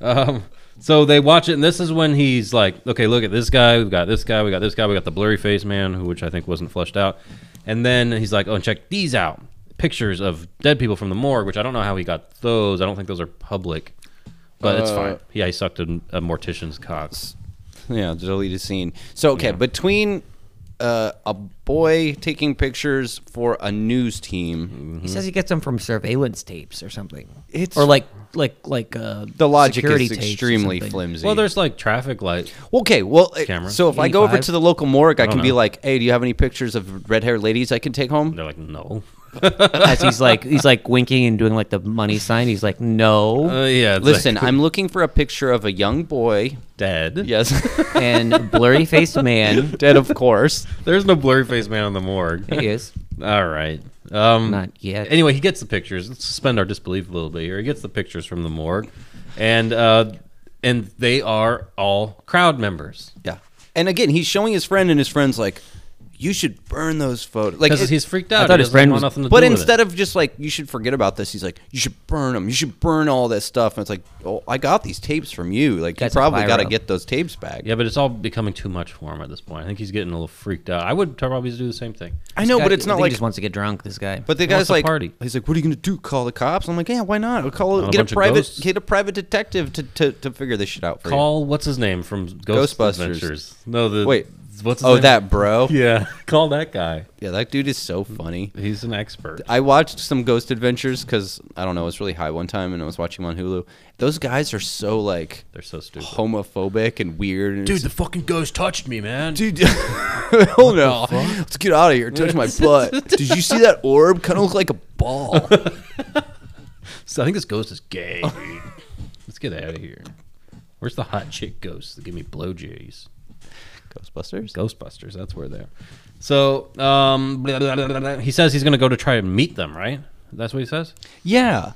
Speaker 1: Um, so they watch it, and this is when he's like, "Okay, look at this guy. We've got this guy. We got this guy. We got the blurry face man, who which I think wasn't fleshed out." And then he's like, "Oh, and check these out. Pictures of dead people from the morgue, which I don't know how he got those. I don't think those are public, but it's
Speaker 2: Uh,
Speaker 1: fine. Yeah, he sucked a, a mortician's cock.
Speaker 2: Yeah, deleted scene. So okay, between uh, a boy taking pictures for a news
Speaker 1: Mm-hmm.
Speaker 2: team,
Speaker 3: He says he gets them from surveillance tapes or something.
Speaker 2: It's-
Speaker 3: or like like like uh,
Speaker 2: the logic
Speaker 3: security
Speaker 2: is
Speaker 3: tapes or
Speaker 2: extremely
Speaker 3: something.
Speaker 2: flimsy.
Speaker 1: Well, there's like traffic light.
Speaker 2: okay. Well, it-
Speaker 1: Camera.
Speaker 2: so if I go over
Speaker 3: 85?
Speaker 2: to the local morgue, I, can
Speaker 1: don't
Speaker 2: be
Speaker 1: know.
Speaker 2: like, "Hey, do you have any pictures of red-haired ladies I can take home?"
Speaker 1: They're like, "No."
Speaker 3: As he's like he's like winking and doing like the money sign. He's like, no,
Speaker 1: Uh, yeah. it's like,
Speaker 2: Listen, I'm looking for a picture of a young boy.
Speaker 1: dead.
Speaker 2: Yes,
Speaker 3: and blurry faced man.
Speaker 2: dead, of course.
Speaker 1: There's no blurry face man on the morgue.
Speaker 3: He is
Speaker 1: All right. Um,
Speaker 3: Not yet.
Speaker 1: Anyway, he gets the pictures. Let's suspend our disbelief a little bit here. He gets the pictures from the morgue, and uh, and they are all crowd members.
Speaker 2: Yeah, and again, he's showing his friend, and his friend's like, you should burn those photos. Like,
Speaker 1: Because
Speaker 2: it-
Speaker 1: he's freaked out.
Speaker 3: thought
Speaker 1: he
Speaker 3: his
Speaker 1: doesn't
Speaker 3: friend
Speaker 1: want
Speaker 3: was-
Speaker 1: nothing to
Speaker 2: but
Speaker 1: do with it.
Speaker 2: instead of just like you should forget about this, he's like, you should burn them. You should burn all this stuff. And it's like, oh, I got these tapes from you. Like,
Speaker 3: That's
Speaker 2: you
Speaker 3: a
Speaker 2: probably got to
Speaker 3: pyro.
Speaker 2: get those tapes back.
Speaker 1: Yeah, but it's all becoming too much for him at this point. I think he's getting a little freaked out. I would probably do the same thing.
Speaker 2: I know,
Speaker 3: Guy-
Speaker 2: but it's
Speaker 3: I
Speaker 2: not
Speaker 3: think he
Speaker 2: like.
Speaker 3: just wants to get drunk. This guy.
Speaker 2: but the
Speaker 1: he wants
Speaker 2: guy's
Speaker 1: to
Speaker 2: like,
Speaker 1: party.
Speaker 2: he's like, what are you gonna do? Call the cops? I'm like, yeah, why not? I'll call,
Speaker 1: Not a
Speaker 2: get a
Speaker 1: bunch of
Speaker 2: private,
Speaker 1: ghosts.
Speaker 2: get a private detective to, to, to figure this shit out for
Speaker 1: Call what's his name from Ghost
Speaker 2: Ghostbusters.
Speaker 1: Adventures? No, the
Speaker 2: you. Wait,
Speaker 1: What's his
Speaker 2: oh
Speaker 1: name?
Speaker 2: that bro?
Speaker 1: Yeah, call that guy.
Speaker 2: yeah, that dude is so funny.
Speaker 1: He's an expert.
Speaker 2: I watched some Ghost Adventures because I don't know, I was really high one time and I was watching them on Hulu. Those guys are so like
Speaker 1: They're so stupid.
Speaker 2: homophobic and weird. And it's-
Speaker 1: fucking ghost touched me, man.
Speaker 2: dude, oh no, let's get out of here. Touch my butt. Did you see that orb? Kind of look like a ball.
Speaker 1: So I think this ghost is gay.
Speaker 2: Oh.
Speaker 1: Let's get out of here. Where's the hot chick ghost that give me blowjiggies?
Speaker 2: Ghostbusters.
Speaker 1: Ghostbusters. That's where they're. So um, blah, blah, blah, blah, blah. he says he's going to go to try and meet them. Right? That's what he says.
Speaker 2: Yeah,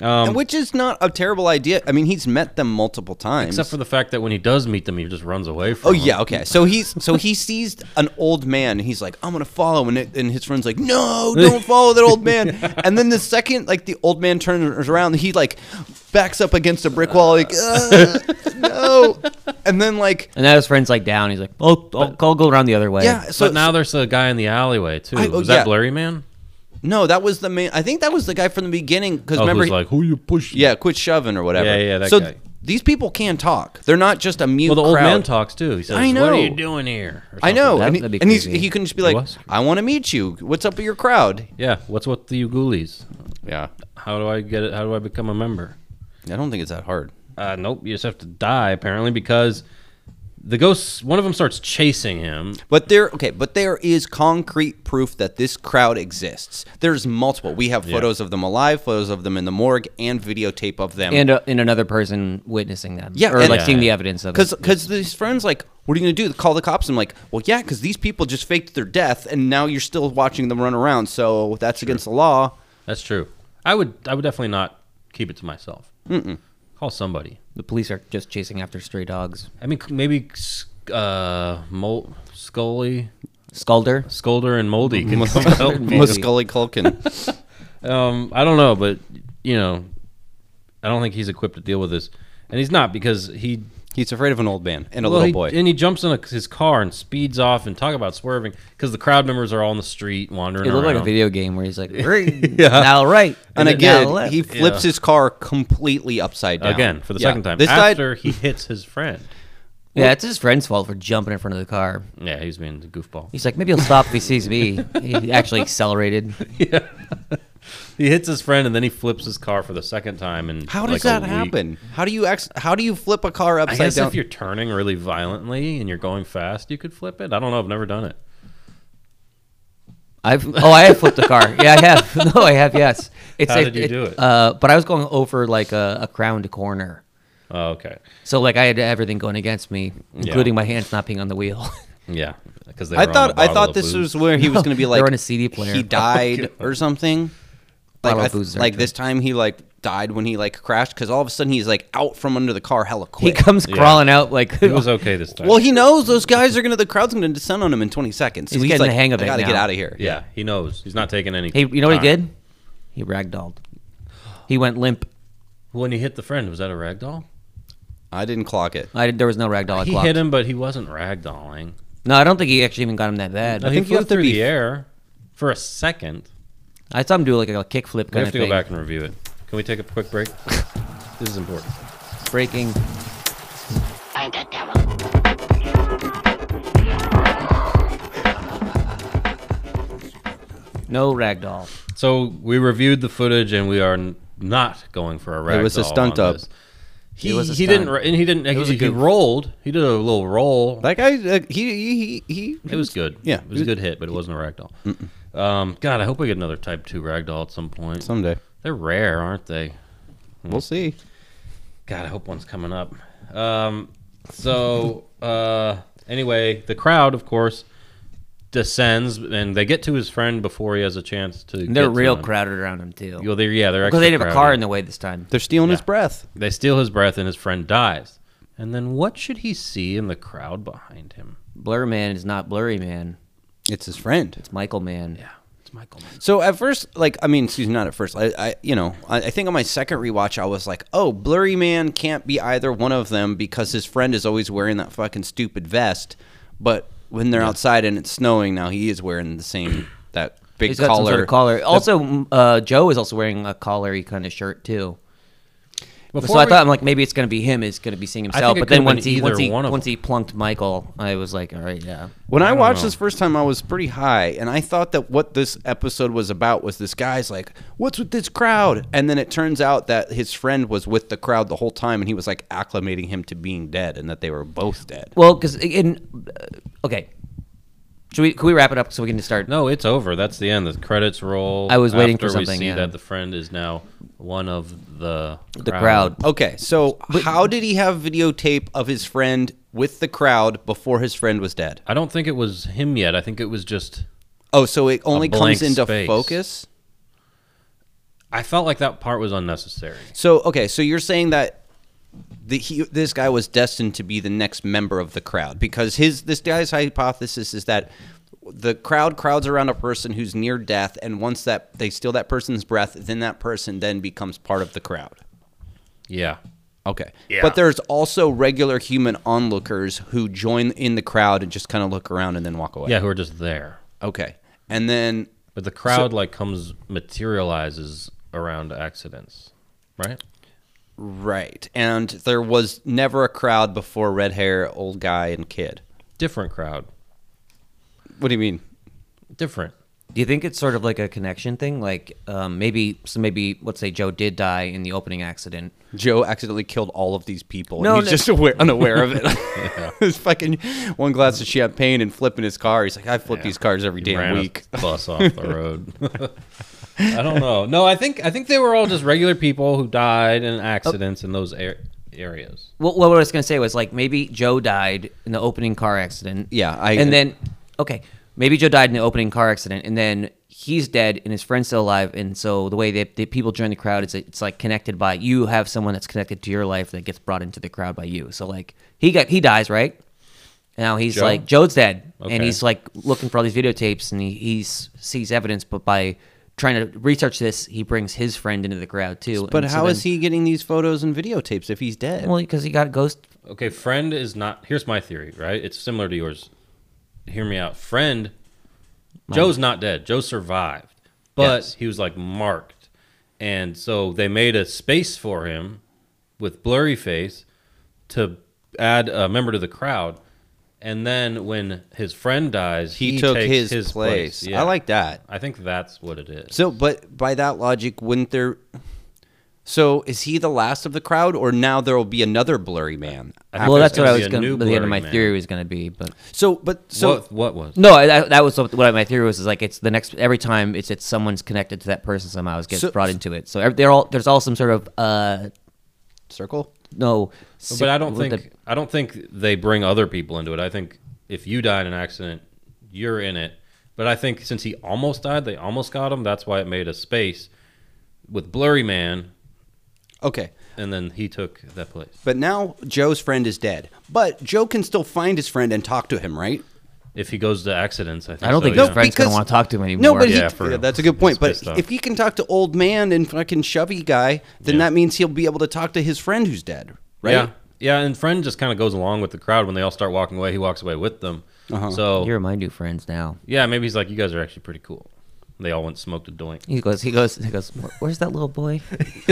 Speaker 1: Um,
Speaker 2: And which is not a terrible idea. I mean, he's met them multiple times.
Speaker 1: except for the fact that when he does meet them, he just runs away from.
Speaker 2: Oh
Speaker 1: them.
Speaker 2: yeah, okay. So he's so he sees an old man. And he's like, I'm gonna follow, and it, and his friend's like, No, don't follow that old man. And then the second like the old man turns around, he like backs up against a brick wall, like "Uh, no. And then like
Speaker 3: and now his friend's like down. He's like, oh, I'll, I'll go around the other way.
Speaker 2: yeah, so
Speaker 1: but now there's a guy in the alleyway too.
Speaker 2: I- oh,
Speaker 1: was that
Speaker 2: yeah.
Speaker 1: Blurry Man?
Speaker 2: no, that was the main. I think that was the guy from the beginning because
Speaker 1: Oh,
Speaker 2: remember,
Speaker 1: who's
Speaker 2: he-
Speaker 1: like who you pushing?
Speaker 2: yeah, quit shoving or whatever.
Speaker 1: Yeah, yeah, that
Speaker 2: so
Speaker 1: guy.
Speaker 2: these people can talk. They're not just a mute.
Speaker 1: Well, the old
Speaker 2: crowd.
Speaker 1: man talks too. He says,
Speaker 2: I
Speaker 1: "What
Speaker 2: know.
Speaker 1: are you doing here?" or
Speaker 2: I
Speaker 1: something.
Speaker 2: know,
Speaker 3: That-
Speaker 2: and, he,
Speaker 3: that'd be
Speaker 2: and he's,
Speaker 3: creepy.
Speaker 2: he can just be
Speaker 1: It
Speaker 2: like,
Speaker 1: was.
Speaker 2: "I want to meet you. What's up with your crowd?"
Speaker 1: Yeah. What's with the Ugulis?
Speaker 2: Yeah,
Speaker 1: How do I get it? How do I become a member?
Speaker 2: I don't think it's that hard.
Speaker 1: Uh, nope. You just have to die apparently because the ghosts. One of them starts chasing him.
Speaker 2: But there, okay, but there is concrete proof that this crowd exists. There's multiple. We have photos of them alive, photos of them in the morgue, and videotape of them.
Speaker 3: And, uh, and another person witnessing them.
Speaker 2: Yeah,
Speaker 3: Or
Speaker 2: and-
Speaker 3: like seeing
Speaker 1: Yeah.
Speaker 3: the evidence of
Speaker 2: because
Speaker 3: it.
Speaker 2: because these friends like, what are you gonna do? Call the cops? I'm like, well, yeah, because these people just faked their death, and now you're still watching them run around. So that's against the law.
Speaker 1: That's true. I would. I would definitely not keep it to myself. Call somebody.
Speaker 3: The police are just chasing after stray dogs.
Speaker 1: I mean, maybe uh, Mol- Scully,
Speaker 3: Skulder.
Speaker 1: Scolder, and Moldy can come help me.
Speaker 2: Muscully Culkin.
Speaker 1: Um, I don't know, but you know, I don't think he's equipped to deal with this, and he's not because he
Speaker 2: He's afraid of an old man and a
Speaker 1: Well,
Speaker 2: little
Speaker 1: he-
Speaker 2: boy.
Speaker 1: and he jumps in a, his car and speeds off. And talk about swerving because the crowd members are all in the street wandering
Speaker 3: It looked
Speaker 1: around.
Speaker 3: like a video game where he's like, now right.
Speaker 2: and
Speaker 3: now
Speaker 2: again,
Speaker 3: left."
Speaker 2: he flips
Speaker 1: Yeah.
Speaker 2: his car completely upside down.
Speaker 1: Again, for the
Speaker 2: Yeah.
Speaker 1: second time.
Speaker 2: This guy-
Speaker 1: After he hits his friend.
Speaker 3: yeah, it's his friend's fault for jumping in front of the car.
Speaker 1: Yeah, he's being a goofball.
Speaker 3: He's like, maybe he'll stop if he sees me. he actually accelerated.
Speaker 1: He hits his friend and then he flips his car for the second time. And
Speaker 2: How does
Speaker 1: like, a
Speaker 2: that
Speaker 1: week.
Speaker 2: happen? How do you ex- how do you flip a car
Speaker 1: I
Speaker 2: upside
Speaker 1: guess
Speaker 2: down?
Speaker 1: if you're turning really violently and you're going fast, you could flip it. I don't know. I've never done it.
Speaker 3: I've oh I have flipped a car. Yeah, I have. No, I have. Yes. It's,
Speaker 1: How did you do it?
Speaker 3: Uh, but I was going over like a, a crowned corner,
Speaker 1: Oh, okay.
Speaker 3: so like I had everything going against me, including my hands not being on the wheel.
Speaker 1: Yeah. Because
Speaker 2: I thought I thought this was where he was going to be like
Speaker 3: were on a CD player.
Speaker 2: He died or something. Like
Speaker 3: Bottle
Speaker 2: I
Speaker 3: of booze
Speaker 2: th-
Speaker 3: there,
Speaker 2: like
Speaker 3: too.
Speaker 2: this time he like died when he like crashed because all of a sudden he's like out from under the car hella
Speaker 3: he
Speaker 2: quick.
Speaker 3: comes crawling out like
Speaker 1: It was okay this time.
Speaker 2: well, he knows those guys are gonna the crowd's gonna descend on him in 20 seconds. So
Speaker 3: He's
Speaker 2: he's
Speaker 3: getting
Speaker 2: like,
Speaker 3: the hang of
Speaker 2: I
Speaker 3: it
Speaker 2: gotta get
Speaker 3: now.
Speaker 2: out of here.
Speaker 1: yeah, he knows. He's not taking any.
Speaker 3: Hey, you know what he
Speaker 1: time.
Speaker 3: did? He ragdolled. He went limp.
Speaker 1: When he hit the friend, was that a ragdoll?
Speaker 2: I didn't clock it.
Speaker 3: I there was no ragdoll. I
Speaker 1: He
Speaker 3: clocked.
Speaker 1: hit him, but he wasn't ragdolling.
Speaker 3: No, I don't think he actually even got him that bad.
Speaker 1: I think
Speaker 2: think
Speaker 1: he
Speaker 2: you
Speaker 1: flew
Speaker 2: have to
Speaker 1: through
Speaker 2: be-
Speaker 1: the air for a second.
Speaker 3: I saw him do like a, kickflip
Speaker 1: We
Speaker 3: kind
Speaker 1: have
Speaker 3: of
Speaker 1: to
Speaker 3: thing.
Speaker 1: go back and review it. Can we take a quick break? this is important.
Speaker 3: Breaking.
Speaker 4: I'm the devil.
Speaker 3: No ragdoll.
Speaker 1: So we reviewed the footage, and we are n- not going for a ragdoll.
Speaker 2: It was a stunt
Speaker 1: on
Speaker 2: up.
Speaker 1: this. He
Speaker 3: It was a
Speaker 1: he
Speaker 3: stunt.
Speaker 1: didn't ra- and he didn't
Speaker 3: was
Speaker 1: he,
Speaker 3: a goof.
Speaker 1: rolled. He did a little roll.
Speaker 2: That guy, uh, he, he he he.
Speaker 1: it was good.
Speaker 2: Yeah.
Speaker 1: it was a good hit, but it wasn't a ragdoll. Um, God, I hope we get another Type Two ragdoll at some point.
Speaker 2: Someday
Speaker 1: They're rare, aren't they?
Speaker 3: Hmm.
Speaker 2: we'll see.
Speaker 1: God, I hope one's coming up. Um, so uh, anyway, the crowd, of course, descends and they get to his friend before he has a chance to.
Speaker 3: And they're
Speaker 1: get to
Speaker 3: real
Speaker 1: him.
Speaker 3: crowded around him too.
Speaker 1: Well, they're yeah, they're
Speaker 3: because they
Speaker 1: extra
Speaker 3: didn't have a
Speaker 1: crowded.
Speaker 3: car in the way this time.
Speaker 2: They're stealing his breath.
Speaker 1: They steal his breath, and his friend dies. And then what should he see in the crowd behind him?
Speaker 3: Blur Man is not Blurry Man.
Speaker 2: It's his friend.
Speaker 3: It's Michael Mann. Yeah.
Speaker 1: It's Michael. Mann.
Speaker 2: So at first, like I mean, excuse me, not at first. I, I you know, I, I think on my second rewatch, I was like, oh, Blurry Man can't be either one of them because his friend is always wearing that fucking stupid vest. But when they're outside and it's snowing, now he is wearing the same that big
Speaker 3: He's got
Speaker 2: collar.
Speaker 3: some sort of collar. Also, m- uh, Joe is also wearing a collary kind of shirt too. so I
Speaker 1: we-
Speaker 3: thought I'm like maybe it's gonna be him is gonna be seeing himself,
Speaker 1: it
Speaker 3: but then
Speaker 1: could've been
Speaker 3: once he
Speaker 1: either
Speaker 3: once he
Speaker 1: one of
Speaker 3: once
Speaker 1: them.
Speaker 3: he plunked Michael, I was like, all right, yeah.
Speaker 2: When I,
Speaker 1: don't
Speaker 2: watched
Speaker 1: know.
Speaker 2: this first time, I was pretty high, and I thought that what this episode was about was this guy's like, "What's with this crowd?" And then it turns out that his friend was with the crowd the whole time, and he was like acclimating him to being dead, and that they were both dead.
Speaker 3: Well, because in uh, okay, should we can we wrap it up so we can just start?
Speaker 1: No, it's over. That's the end. The credits roll.
Speaker 3: I was waiting for
Speaker 1: After
Speaker 3: something,
Speaker 1: We see
Speaker 3: yeah.
Speaker 1: that the friend is now one of the
Speaker 3: the crowd.
Speaker 2: Okay, so how did he have videotape of his friend with the crowd before his friend was dead?
Speaker 1: I don't think it was him yet. I think it was just.
Speaker 2: Oh, so it only
Speaker 1: blank
Speaker 2: comes into
Speaker 1: space.
Speaker 2: focus.
Speaker 1: I felt like that part was unnecessary.
Speaker 2: So okay, so you're saying that the, he, this guy was destined to be the next member of the crowd because his this guy's hypothesis is that the crowd crowds around a person who's near death, and once that they steal that person's breath, then that person then becomes part of the crowd.
Speaker 1: Yeah.
Speaker 2: Okay. But there's also regular human onlookers who join in the crowd and just kind of look around and then walk away.
Speaker 1: Yeah, who are just there.
Speaker 2: Okay. And then
Speaker 1: But the crowd like comes materializes around accidents, right?
Speaker 2: right, and there was never a crowd before red hair, old guy, and kid.
Speaker 1: Different crowd.
Speaker 2: What do you mean?
Speaker 1: Different.
Speaker 3: Do you think it's sort of like a connection thing? Like um, maybe so maybe let's say Joe did die in the opening accident.
Speaker 2: Joe accidentally killed all of these people.
Speaker 3: No,
Speaker 2: and he's
Speaker 3: no-
Speaker 2: just aware, unaware of it. His fucking one glass of champagne and flipping his car. He's like, I flip these cars every damn
Speaker 1: Ran a
Speaker 2: week.
Speaker 1: bus off the road. I don't know. No, I think I think they were all just regular people who died in accidents in those ar- areas.
Speaker 3: Well, what I was going to say was like maybe Joe died in the opening car accident.
Speaker 2: Yeah, I-
Speaker 3: and then okay, maybe Joe died in the opening car accident, and then he's dead, and his friend's still alive, and so the way that the people join the crowd is it's like connected by you have someone that's connected to your life that gets brought into the crowd by you. So like he got he dies right. Now he's
Speaker 1: Joe?
Speaker 3: like Joe's dead, and
Speaker 1: Okay.
Speaker 3: he's like looking for all these videotapes, and he he's, sees evidence, but by trying to research this, he brings his friend into the crowd too.
Speaker 2: But
Speaker 3: and so
Speaker 2: how is
Speaker 3: then-
Speaker 2: he getting these photos and videotapes if he's dead?
Speaker 3: Well, because he got ghost
Speaker 1: Okay, friend is not. Here's my theory, right? It's similar to yours. Hear me out. Friend, Joe's not dead. Joe survived, but
Speaker 2: Yes.
Speaker 1: he was like marked, and so they made a space for him with blurry face to add a member to the crowd. And then when his friend dies,
Speaker 2: he,
Speaker 1: he,
Speaker 2: took
Speaker 1: takes
Speaker 2: his, place.
Speaker 1: Yeah.
Speaker 2: I like that.
Speaker 1: I think that's what it is.
Speaker 2: So, but by that logic, wouldn't there? So, is he the last of the crowd, or now there will be another blurry man?
Speaker 1: I think
Speaker 3: well,
Speaker 1: there's
Speaker 3: that's what I
Speaker 1: be
Speaker 3: was
Speaker 1: a
Speaker 3: going
Speaker 1: new
Speaker 3: to. The end of
Speaker 1: blurry
Speaker 3: my
Speaker 1: man.
Speaker 3: theory was going to be, but
Speaker 2: So, but so
Speaker 1: what, what was?
Speaker 3: no, I, that, that was what what my theory was. Is like it's the next every time it's it's someone's connected to that person somehow is gets
Speaker 2: So-
Speaker 3: brought into it. So ev- they're all there's all some sort of uh
Speaker 2: circle.
Speaker 3: no.
Speaker 1: But I don't
Speaker 3: with
Speaker 1: think
Speaker 3: the-
Speaker 1: I don't think they bring other people into it. I think if you die in an accident, you're in it. But I think since he almost died, they almost got him. That's why it made a space with Blurry Man,
Speaker 2: Okay,
Speaker 1: and then he took that place.
Speaker 2: but now Joe's friend is dead, but Joe can still find his friend and talk to him, right?
Speaker 1: If he goes to accidents, I think.
Speaker 3: I don't
Speaker 1: so,
Speaker 3: think
Speaker 1: yeah.
Speaker 3: his friend's gonna
Speaker 2: because-
Speaker 3: want to talk to him anymore.
Speaker 2: No, but he,
Speaker 1: Yeah, for
Speaker 2: yeah,
Speaker 1: real.
Speaker 2: that's a good point.
Speaker 1: He's
Speaker 2: But
Speaker 1: pissed off.
Speaker 2: if he can talk to old man and fucking chubby guy, then
Speaker 1: Yeah.
Speaker 2: that means he'll be able to talk to his friend who's dead, right?
Speaker 1: Yeah, yeah. And friend just kind of goes along with the crowd when they all start walking away. He walks away with them. So
Speaker 3: Here are my new friends now.
Speaker 1: yeah, maybe he's like, "You guys are actually pretty cool." They all went and smoked a joint.
Speaker 3: He goes. He goes. He goes. "Where- Where's that little boy?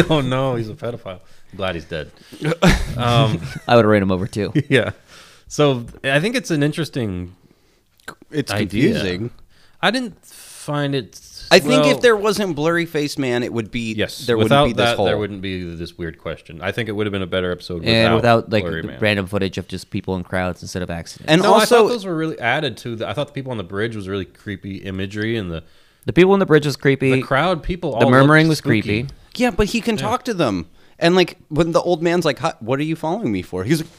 Speaker 1: oh no, he's a pedophile. I'm glad he's dead.
Speaker 3: I would have ran him over too.
Speaker 1: yeah. So I think it's an interesting
Speaker 2: It's
Speaker 1: idea.
Speaker 2: confusing.
Speaker 1: I didn't find it.
Speaker 2: I think
Speaker 1: well,
Speaker 2: if there wasn't blurry face man, it would be
Speaker 1: yes,
Speaker 2: There
Speaker 1: without
Speaker 2: wouldn't be
Speaker 1: that,
Speaker 2: this whole.
Speaker 1: there wouldn't be this weird question. I think it would have been a better episode without,
Speaker 3: and without like
Speaker 1: Blurry
Speaker 3: the
Speaker 1: Man.
Speaker 3: random footage of just people in crowds instead of accidents.
Speaker 2: and
Speaker 1: No, I
Speaker 2: also,
Speaker 1: thought those were really added to. The, I thought the people on the bridge was really creepy imagery, and the
Speaker 3: the people in the bridge was creepy.
Speaker 1: the crowd people. all
Speaker 3: the murmuring
Speaker 1: looked
Speaker 3: was
Speaker 1: spooky.
Speaker 3: creepy.
Speaker 2: yeah, but he can talk to them. And like when the old man's like, "Huh, "What are you following me for?" He's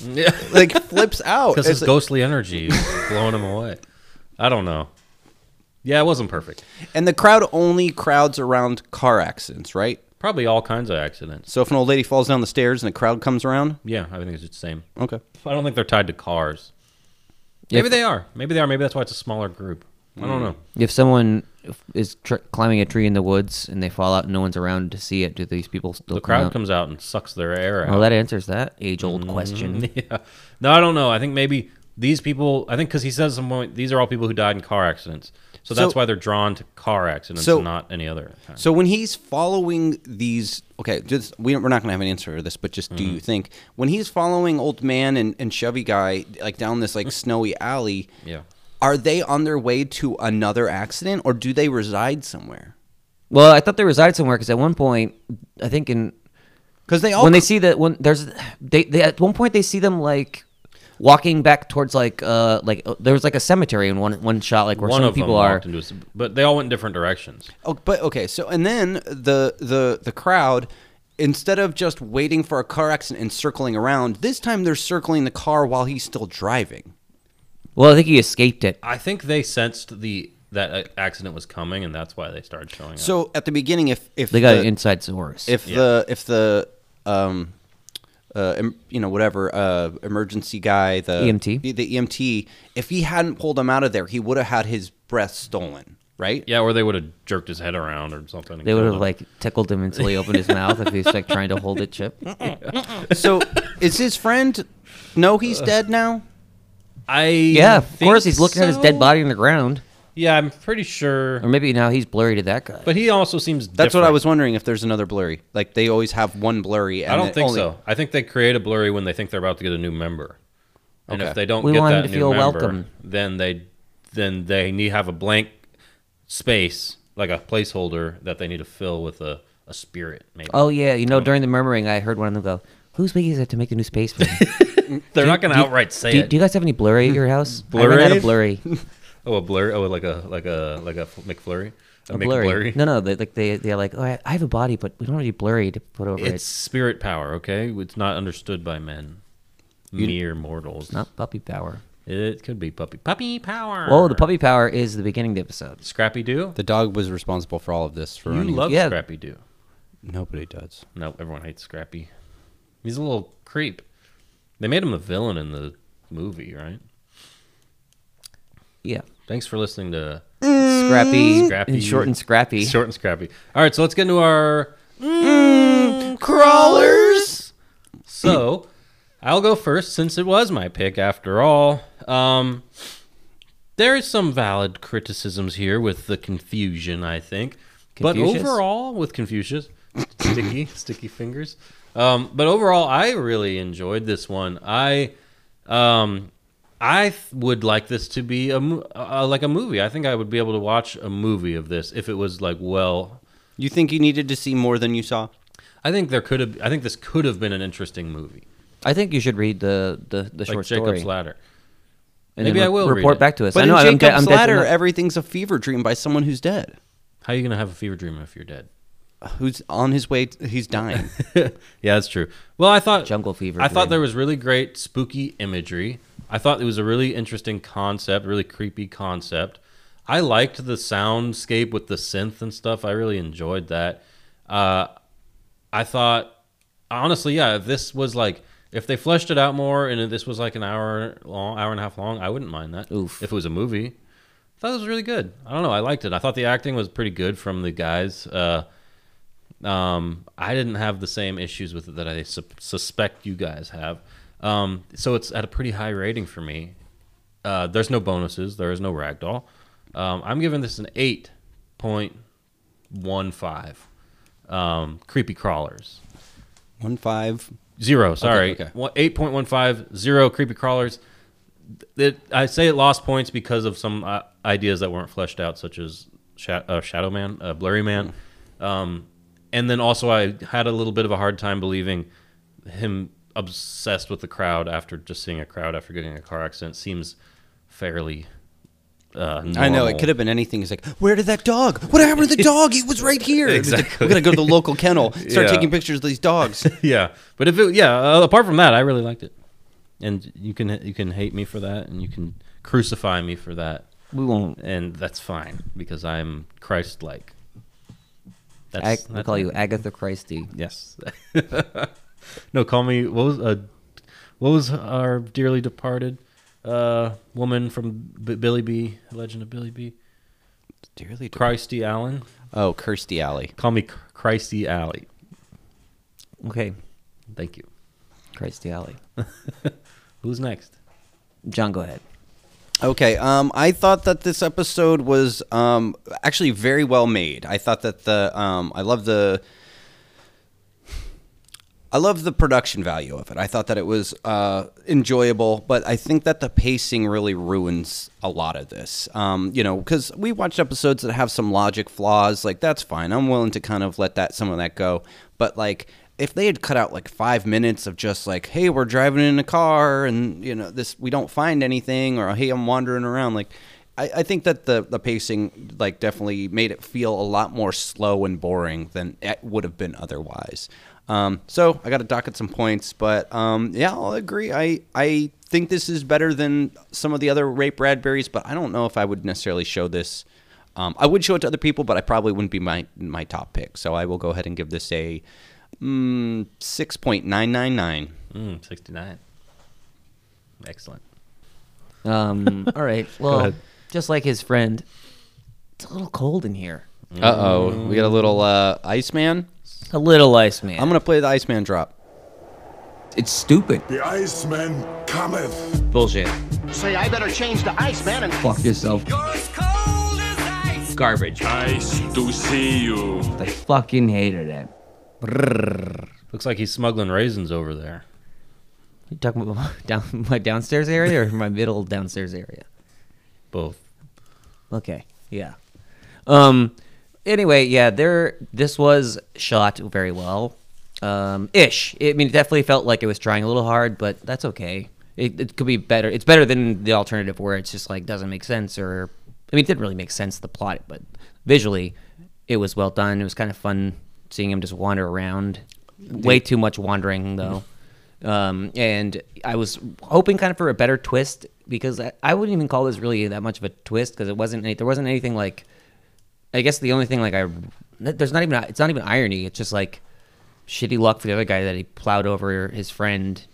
Speaker 1: Yeah,
Speaker 2: like, like flips out.
Speaker 1: because his
Speaker 2: It's like-
Speaker 1: ghostly energy is blowing him away. I don't know. Yeah, it wasn't perfect.
Speaker 2: and the crowd only crowds around car accidents, right?
Speaker 1: Probably all kinds of accidents.
Speaker 2: So if an old lady falls down the stairs and a crowd comes around,
Speaker 1: Yeah, I think it's the same.
Speaker 2: okay.
Speaker 1: I don't think they're tied to cars. Maybe
Speaker 3: If-
Speaker 1: they are. Maybe they are. Maybe that's why it's a smaller group. I
Speaker 2: Hmm.
Speaker 1: don't know.
Speaker 3: If someone is tr- climbing a tree in the woods and they fall out and no one's around to see it, do these people still
Speaker 1: The crowd
Speaker 3: come out?
Speaker 1: comes out and sucks their air out.
Speaker 3: Well, that answers that age-old question.
Speaker 1: yeah. No, I don't know. I think maybe these people. I think because he says at some point these are all people who died in car accidents. So that's
Speaker 2: So-
Speaker 1: why they're drawn to car accidents,
Speaker 2: So-
Speaker 1: and not any other. Kind.
Speaker 2: So when he's following these, okay, just we, we're not going to have an answer to this, but just do you think when he's following old man and, and chubby guy like down this like snowy alley?
Speaker 1: Yeah.
Speaker 2: Are they on their way to another accident, or do they reside somewhere?
Speaker 3: Well, I thought they reside somewhere because at one point, I think in
Speaker 2: Because they all
Speaker 1: Oh.
Speaker 3: when they see that when there's they, they at one point they see them like walking back towards like uh like uh, there was like a cemetery in one one shot like where
Speaker 1: One
Speaker 3: some
Speaker 1: of
Speaker 3: people
Speaker 1: them
Speaker 3: are
Speaker 1: walked into, a- but they all went in different directions.
Speaker 2: Oh, but okay, so and then the the the crowd instead of just waiting for a car accident and circling around, this time they're circling the car while he's still driving.
Speaker 3: well I think he escaped it
Speaker 1: I think they sensed the that uh, accident was coming, and that's why they started showing up.
Speaker 2: So at the beginning, if if
Speaker 3: they got
Speaker 2: the,
Speaker 3: an inside source
Speaker 2: if the if the um uh, em- you know whatever uh, emergency guy the
Speaker 3: EMT?
Speaker 2: the, the EMT if he hadn't pulled him out of there he would have had his breath stolen right
Speaker 1: yeah, or they would have jerked his head around or something. and
Speaker 3: they would
Speaker 1: killed
Speaker 3: have
Speaker 1: him.
Speaker 3: like tickled him until he opened his mouth if he's like trying to hold it chip
Speaker 2: so is his friend no he's dead now
Speaker 1: I
Speaker 3: yeah of
Speaker 1: think
Speaker 3: course he's looking at his dead
Speaker 1: so.
Speaker 3: body in the ground
Speaker 1: Yeah, I'm pretty sure.
Speaker 3: or maybe now he's blurry to that guy
Speaker 1: But he also seems.
Speaker 2: that's what I
Speaker 1: different.
Speaker 2: was wondering if there's another blurry like they always have one blurry and
Speaker 1: I don't
Speaker 2: it
Speaker 1: think
Speaker 2: only-
Speaker 1: so. I think they create a blurry when they think they're about to get a new member, and
Speaker 2: Okay.
Speaker 1: if they don't
Speaker 3: We
Speaker 1: get
Speaker 3: want
Speaker 1: that
Speaker 3: him to
Speaker 1: new
Speaker 3: feel
Speaker 1: member,
Speaker 3: welcome.
Speaker 1: then they then they need have a blank space like a placeholder that they need to fill with a, a spirit. Maybe
Speaker 3: oh yeah you know during the murmuring I heard one of them go who's making it to make the new space for me?
Speaker 1: they're not going to outright say
Speaker 3: do,
Speaker 1: it.
Speaker 3: do you guys have any blurry at your house I ran out of blurry
Speaker 1: oh, a blur. Oh, like a like a like a McFlurry.
Speaker 3: a blurry. No, no, they, like they they're like, oh, I, I have a body, but we don't need blurry to put over
Speaker 1: It's spirit power. Okay, it's not understood by men. Mere mortals.
Speaker 3: it. Not puppy power.
Speaker 1: It could be puppy puppy power.
Speaker 3: Oh, the puppy power is the beginning of the episode.
Speaker 1: Scrappy Doo.
Speaker 2: the dog was responsible for all of this for
Speaker 1: You
Speaker 2: running-
Speaker 1: love
Speaker 3: Yeah.
Speaker 1: Scrappy Doo.
Speaker 2: nobody does
Speaker 1: No, everyone hates Scrappy. He's a little creep. They made him a villain in the movie, right?
Speaker 3: Yeah,
Speaker 1: Thanks for listening to
Speaker 3: Scrappy,
Speaker 1: Scrappy.
Speaker 3: and short and Scrappy.
Speaker 1: Short and Scrappy. All right, so let's get into our mm,
Speaker 2: crawlers
Speaker 1: So, I'll go first since it was my pick after all. Um, there is some valid criticisms here with the confusion, I think.
Speaker 3: Confucius?
Speaker 1: But overall, with Confucius, sticky, sticky fingers. Um, but overall, I really enjoyed this one. I, um, I th- would like this to be a mo- uh, like a movie. I think I would be able to watch a movie of this if it was like well
Speaker 2: you think you needed to see more than you saw
Speaker 1: I think there could have. I think this could have been an interesting movie,
Speaker 3: I think you should read the the, the
Speaker 1: like
Speaker 3: short
Speaker 1: Jacob's
Speaker 3: story.
Speaker 1: Ladder.
Speaker 3: and
Speaker 1: Maybe
Speaker 3: then
Speaker 1: I will read
Speaker 3: report
Speaker 1: it.
Speaker 3: back to us.
Speaker 2: But
Speaker 3: I know
Speaker 2: in
Speaker 3: I'm, de-
Speaker 2: Jacob's
Speaker 3: I'm dead-
Speaker 2: Ladder,
Speaker 3: I'm not-
Speaker 2: everything's a fever dream by someone who's dead,
Speaker 1: How are you gonna have a fever dream if you're dead?
Speaker 2: who's on his way. t- he's dying.
Speaker 1: yeah, that's true. Well, I thought
Speaker 3: Jungle fever
Speaker 1: I thought
Speaker 3: dream.
Speaker 1: there was really great spooky imagery. I thought it was a really interesting concept, really creepy concept. I liked the soundscape with the synth and stuff. I really enjoyed that. Uh, I thought, honestly, yeah, if this was like, if they fleshed it out more and if this was like an hour long, hour and a half long, I wouldn't mind that.
Speaker 3: Oof.
Speaker 1: If it was a movie, I thought it was really good. I don't know. I liked it. I thought the acting was pretty good from the guys. Uh, um, I didn't have the same issues with it that I su- suspect you guys have. Um, so it's at a pretty high rating for me. Uh, there's no bonuses. There is no ragdoll. Um, I'm giving this an eight point one five. Um, creepy crawlers.
Speaker 2: One five.
Speaker 1: Zero. Sorry.
Speaker 2: okay.
Speaker 1: One- 8.15, zero creepy crawlers. It, I say it lost points because of some uh, ideas that weren't fleshed out, such as Sha- uh, Shadow Man, uh, Blurry Man. Um, and then also, I had a little bit of a hard time believing him obsessed with the crowd after just seeing a crowd after getting in a car accident seems fairly. Uh,
Speaker 2: I know it
Speaker 1: normal.
Speaker 2: could have been anything. He's like, "Where did that dog? What happened to the dog? He was right here." And it's like,
Speaker 1: Exactly.
Speaker 2: We're gonna go to the local kennel. Start
Speaker 1: Yeah.
Speaker 2: taking pictures of these dogs.
Speaker 1: yeah, but if it, yeah, uh, apart from that, I really liked it. And you can you can hate me for that, and you can crucify me for that,
Speaker 3: we won't.
Speaker 1: and that's fine because I'm Christ-like.
Speaker 3: I,
Speaker 1: That's
Speaker 3: we call you Agatha Christie.
Speaker 1: yes. no, call me. What was uh, what was our dearly departed? uh, woman from B- Billy B, Legend of Billy B,
Speaker 2: Dearly dear.
Speaker 1: Christy Allen.
Speaker 2: Oh, Kirstie Alley.
Speaker 1: Call me Cr- Christy Alley.
Speaker 3: Okay,
Speaker 1: Thank you.
Speaker 3: Christy Alley.
Speaker 1: Who's next?
Speaker 3: John, go ahead.
Speaker 2: Okay. Um, I thought that this episode was um actually very well made. I thought that the um I love the I love the production value of it. I thought that it was uh, enjoyable, but I think that the pacing really ruins a lot of this. Um, you know, because we watched episodes that have some logic flaws. Like that's fine. I'm willing to kind of let that some of that go. But like, if they had cut out like five minutes of just like, hey, we're driving in a car, and you know, this we don't find anything, or hey, I'm wandering around, like. I, I think that the, the pacing like definitely made it feel a lot more slow and boring than it would have been otherwise. Um, so I got to docket some points, but um, yeah, I'll agree. I I think this is better than some of the other Ray Bradburys, but I don't know if I would necessarily show this. Um, I would show it to other people, but I probably wouldn't be my my top pick. So I will go ahead and give this a mm, six point nine nine nine.
Speaker 1: Mm, 69. Excellent.
Speaker 3: Um, all right. Well, just like his friend, it's a little cold in here.
Speaker 2: Uh oh, we got a little uh, Iceman.
Speaker 3: A little ice man.
Speaker 2: I'm gonna play the Iceman drop.
Speaker 3: it's stupid.
Speaker 5: The Iceman cometh.
Speaker 3: Bullshit.
Speaker 4: Say, I better change the Iceman and
Speaker 3: Fuck yourself. Garbage.
Speaker 5: Nice to see you.
Speaker 3: I fucking hated it.
Speaker 1: Looks like he's smuggling raisins over there.
Speaker 3: You talking about my, down, my downstairs area or my middle downstairs area?
Speaker 1: Both.
Speaker 3: Okay. Yeah. Um. Anyway, yeah. There. This was shot very well. Um. Ish. I mean, it definitely felt like it was trying a little hard, but that's okay. It, it could be better. It's better than the alternative where it's just like doesn't make sense or. I mean, it didn't really make sense the plot, but visually, it was well done. It was kind of fun seeing him just wander around. Way too much wandering though. Um, and I was hoping kind of for a better twist because I, I wouldn't even call this really that much of a twist because it wasn't any, there wasn't anything like I guess the only thing like I there's not even it's not even irony it's just like shitty luck for the other guy that he plowed over his friend.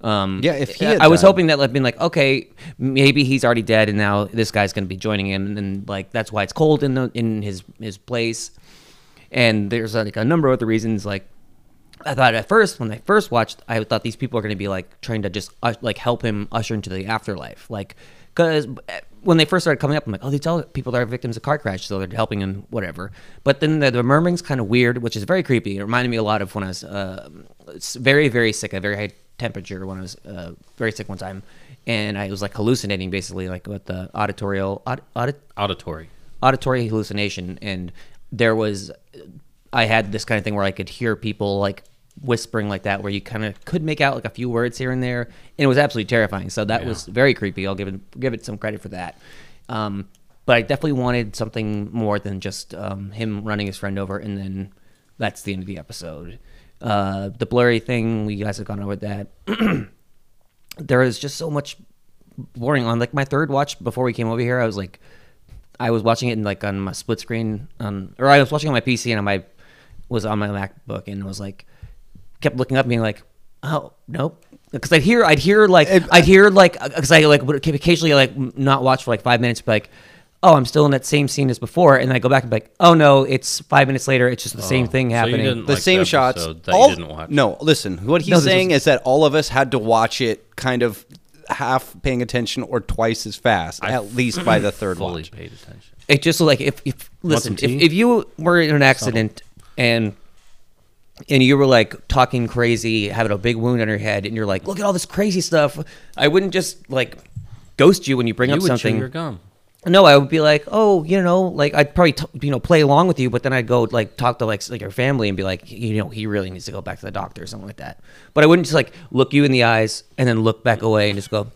Speaker 3: Um,
Speaker 2: Mm. Yeah, if he
Speaker 3: I,
Speaker 2: had
Speaker 3: I was
Speaker 2: done-
Speaker 3: hoping that like been like okay maybe he's already dead and now this guy's gonna be joining him and like that's why it's cold in the in his his place and there's like a number of other reasons like I thought at first when I first watched, I thought these people are going to be like trying to just uh, like help him usher into the afterlife, like because when they first started coming up, I'm like, oh, these all people that are victims of car crash, so they're helping him, whatever. But then the, the murmuring's kind of weird, which is very creepy. It reminded me a lot of when I was uh, s- very very sick, a very high temperature when I was uh, very sick one time, and I was like hallucinating basically, like with the auditorial aud- audit
Speaker 1: Auditory.
Speaker 3: auditory hallucination and there was i had this kind of thing where i could hear people like whispering like that where you kind of could make out like a few words here and there and it was absolutely terrifying so that was very creepy i'll give it give it some credit for that um, but i definitely wanted something more than just um, him running his friend over and then that's the end of the episode uh, the blurry thing you guys have gone over that there is just so much boring on like my third watch before we came over here i was like i was watching it in like on my split screen on or i was watching on my pc and on my was on my macbook and was like kept looking up and being like oh nope because i'd hear i'd hear like i'd hear like because i like would occasionally like not watch for like five minutes but like oh i'm still in that same scene as before and i go back and be like oh no it's five minutes later it's just the same thing
Speaker 1: So you
Speaker 3: happening
Speaker 1: didn't
Speaker 2: the
Speaker 1: like
Speaker 2: same
Speaker 1: the
Speaker 2: shots.
Speaker 1: episode that you
Speaker 2: all-
Speaker 1: didn't watch.
Speaker 2: No, listen. What he's
Speaker 3: No, this
Speaker 2: saying
Speaker 3: was-
Speaker 2: is that all of us had to watch it kind of half paying attention or twice as fast, at least by the third
Speaker 1: Fully
Speaker 2: watch.
Speaker 1: paid attention.
Speaker 3: It just like if if listen
Speaker 1: some
Speaker 3: if,
Speaker 1: tea?
Speaker 3: if you were in an accident and and you were like talking crazy, having a big wound on your head, and you're like, look at all this crazy stuff. I wouldn't just like ghost you when you bring
Speaker 1: You
Speaker 3: up
Speaker 1: would
Speaker 3: something.
Speaker 1: chew your gum.
Speaker 3: No, I would be like, oh, you know, like I'd probably t- you know play along with you, but then I'd go like talk to like s- like your family and be like, you know, he really needs to go back to the doctor or something like that. But I wouldn't just like look you in the eyes and then look back away and just go,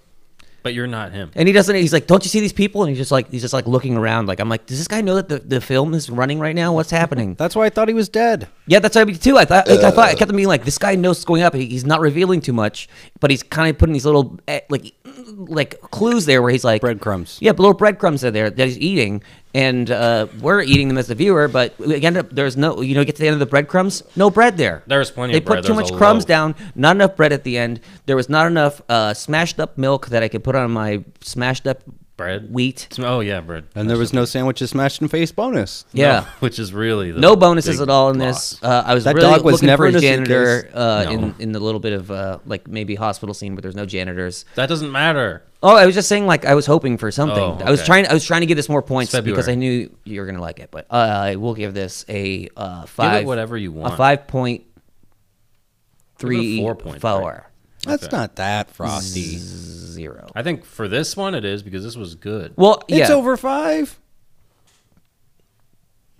Speaker 1: But you're not him.
Speaker 3: and he doesn't. He's like, "Don't you see these people?" And he's just like, he's just like looking around. Like I'm like, does this guy know that the, the film is running right now? What's happening?
Speaker 2: That's why I thought he was dead.
Speaker 3: Yeah, that's what I mean too. I thought I thought I kept being like, this guy knows what's going up. He, he's not revealing too much, but he's kind of putting these little eh, like like clues there where he's like
Speaker 2: Breadcrumbs.
Speaker 3: Yeah, but little breadcrumbs are there that he's eating, and uh, we're eating them as the viewer. But we end up there's no you know get to the end of the breadcrumbs, no bread there.
Speaker 1: There's plenty
Speaker 3: They
Speaker 1: of bread.
Speaker 3: put too
Speaker 1: There's
Speaker 3: much
Speaker 1: a
Speaker 3: crumbs
Speaker 1: loaf.
Speaker 3: down, not enough bread at the end. There was not enough uh, smashed up milk that I could put on my smashed up
Speaker 1: Bread?
Speaker 3: wheat.
Speaker 1: Oh yeah, bread.
Speaker 2: And there was no sandwiches smashed and face bonus.
Speaker 3: Yeah.
Speaker 1: which is really the
Speaker 3: No bonuses
Speaker 1: big
Speaker 3: at all in
Speaker 1: loss.
Speaker 3: this. Uh, I was
Speaker 2: That
Speaker 3: really
Speaker 2: dog was
Speaker 3: looking
Speaker 2: never
Speaker 3: for a
Speaker 2: just in
Speaker 3: janitor
Speaker 2: case.
Speaker 3: uh,
Speaker 1: No.
Speaker 3: in in the little bit of uh, like maybe hospital scene, but there's no janitors.
Speaker 1: That doesn't matter.
Speaker 3: Oh, I was just saying like I was hoping for something.
Speaker 1: Oh,
Speaker 3: I was
Speaker 1: okay.
Speaker 3: trying I was trying to give this more points
Speaker 1: February.
Speaker 3: because I knew you were gonna like it. But uh, I will give this a uh, five.
Speaker 1: whatever you want.
Speaker 3: A five point three
Speaker 1: four points, right?
Speaker 2: That's not that
Speaker 3: Mm.
Speaker 2: frosty.
Speaker 3: zero.
Speaker 1: I think for this one it is because this was good.
Speaker 3: Well, yeah.
Speaker 2: It's over five.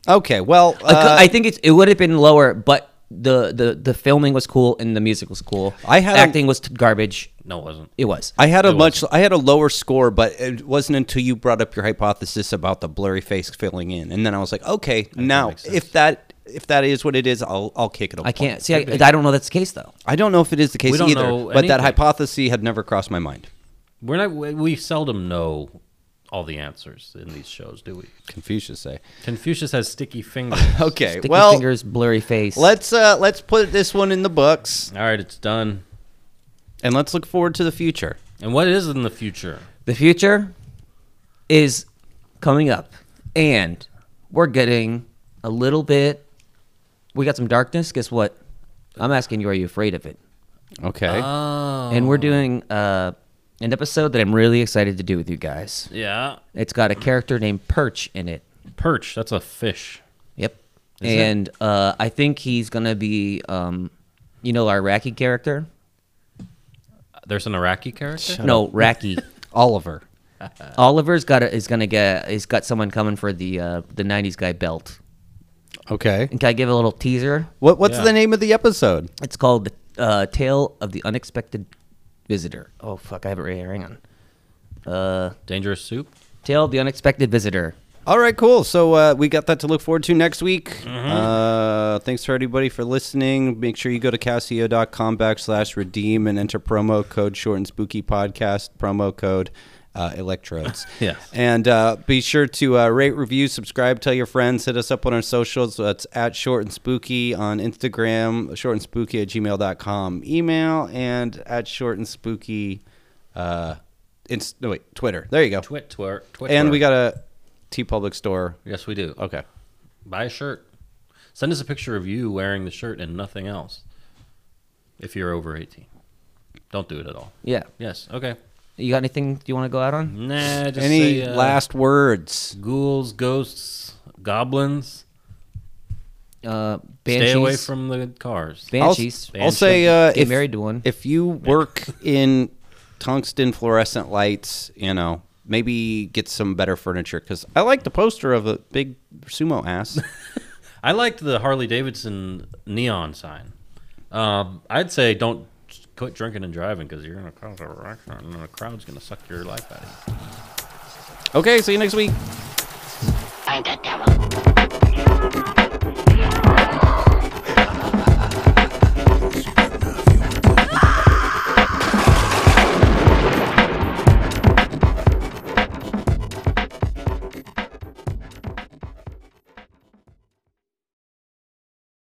Speaker 2: Okay, well,
Speaker 3: I cou-
Speaker 2: uh,
Speaker 3: I think it's, it would have been lower, but the, the the filming was cool and the music was cool.
Speaker 2: I had a-
Speaker 3: acting was t- garbage.
Speaker 1: no, it wasn't.
Speaker 3: It was.
Speaker 2: I had a
Speaker 1: It
Speaker 2: much I had a lower score, but it wasn't until you brought up your hypothesis about the blurry face filling in, and then I was like, okay, now
Speaker 1: makes sense.
Speaker 2: if that if that is what it is, I'll I'll kick it. A
Speaker 3: I can't
Speaker 2: point.
Speaker 3: see. I, I don't know that's the case though.
Speaker 2: I don't know if it is the case
Speaker 1: don't
Speaker 2: either,
Speaker 1: know
Speaker 2: but that
Speaker 1: anything.
Speaker 2: hypothesis had never crossed my mind.
Speaker 1: We're not. We we seldom know all the answers in these shows, do we?
Speaker 2: Confucius say.
Speaker 1: Confucius has sticky fingers.
Speaker 2: Okay,
Speaker 3: Sticky
Speaker 2: well,
Speaker 3: fingers, blurry face.
Speaker 2: let's uh let's put this one in the books,
Speaker 1: all right, it's done.
Speaker 2: and let's look forward to the future.
Speaker 1: And what is in the future?
Speaker 3: the future is coming up, and we're getting a little bit. We got some darkness. Guess what? I'm asking you, are you afraid of it?
Speaker 2: Okay,
Speaker 3: And we're doing uh, an episode that I'm really excited to do with you guys.
Speaker 1: Yeah,
Speaker 3: It's got a character named Perch in it.
Speaker 1: perch. That's a fish.
Speaker 3: Yep. and uh, I think he's gonna be, um, you know, our Iraqi character.
Speaker 1: There's an Iraqi character.
Speaker 3: no, Raki.
Speaker 2: Oliver.
Speaker 3: Oliver's got a, is gonna get. He's got someone coming for the uh, the '90s guy belt.
Speaker 2: Okay,
Speaker 3: And can I give a little teaser?
Speaker 2: what what's
Speaker 1: Yeah.
Speaker 2: the name of the episode?
Speaker 3: It's called uh, "Tale of the Unexpected Visitor." Oh fuck, I have it right here. Hang on.
Speaker 1: Dangerous soup.
Speaker 3: "Tale of the Unexpected Visitor."
Speaker 2: All right, cool. So uh, we got that to look forward to next week. Uh, thanks for everybody for listening. Make sure you go to Casio.com backslash redeem and enter promo code short and spooky podcast, promo code uh, electrodes.
Speaker 1: Yes.
Speaker 2: And uh, be sure to uh, rate, review, subscribe, tell your friends, hit us up on our socials. That's at short and spooky on Instagram, short and spooky at gmail.com email, and at short and spooky uh, inst- no, wait, Twitter. There you go.
Speaker 1: Twit twer. Twit.
Speaker 2: And
Speaker 1: twer.
Speaker 2: we got a T Public store.
Speaker 1: Yes, we do.
Speaker 2: Okay.
Speaker 1: Buy a shirt. Send us a picture of you wearing the shirt and nothing else. If you're over 18, don't do it at all.
Speaker 3: Yeah.
Speaker 1: Yes. Okay.
Speaker 3: You got anything you want to go out on?
Speaker 1: Nah. Just
Speaker 2: Any
Speaker 1: say, uh,
Speaker 2: last words?
Speaker 1: ghouls, ghosts, goblins.
Speaker 3: Uh, banshees.
Speaker 1: Stay away from the cars.
Speaker 2: I'll,
Speaker 3: banshees.
Speaker 2: I'll say uh,
Speaker 3: Get
Speaker 2: if,
Speaker 3: married to one.
Speaker 2: if you work in tungsten fluorescent lights, you know, maybe get some better furniture because I like the poster of a big sumo ass.
Speaker 1: I liked the Harley Davidson neon sign. Um, I'd say don't quit drinking and driving because you're gonna cause a wreck and the crowd's gonna suck your life out of you.
Speaker 2: okay, see you next week.
Speaker 4: I'm the devil.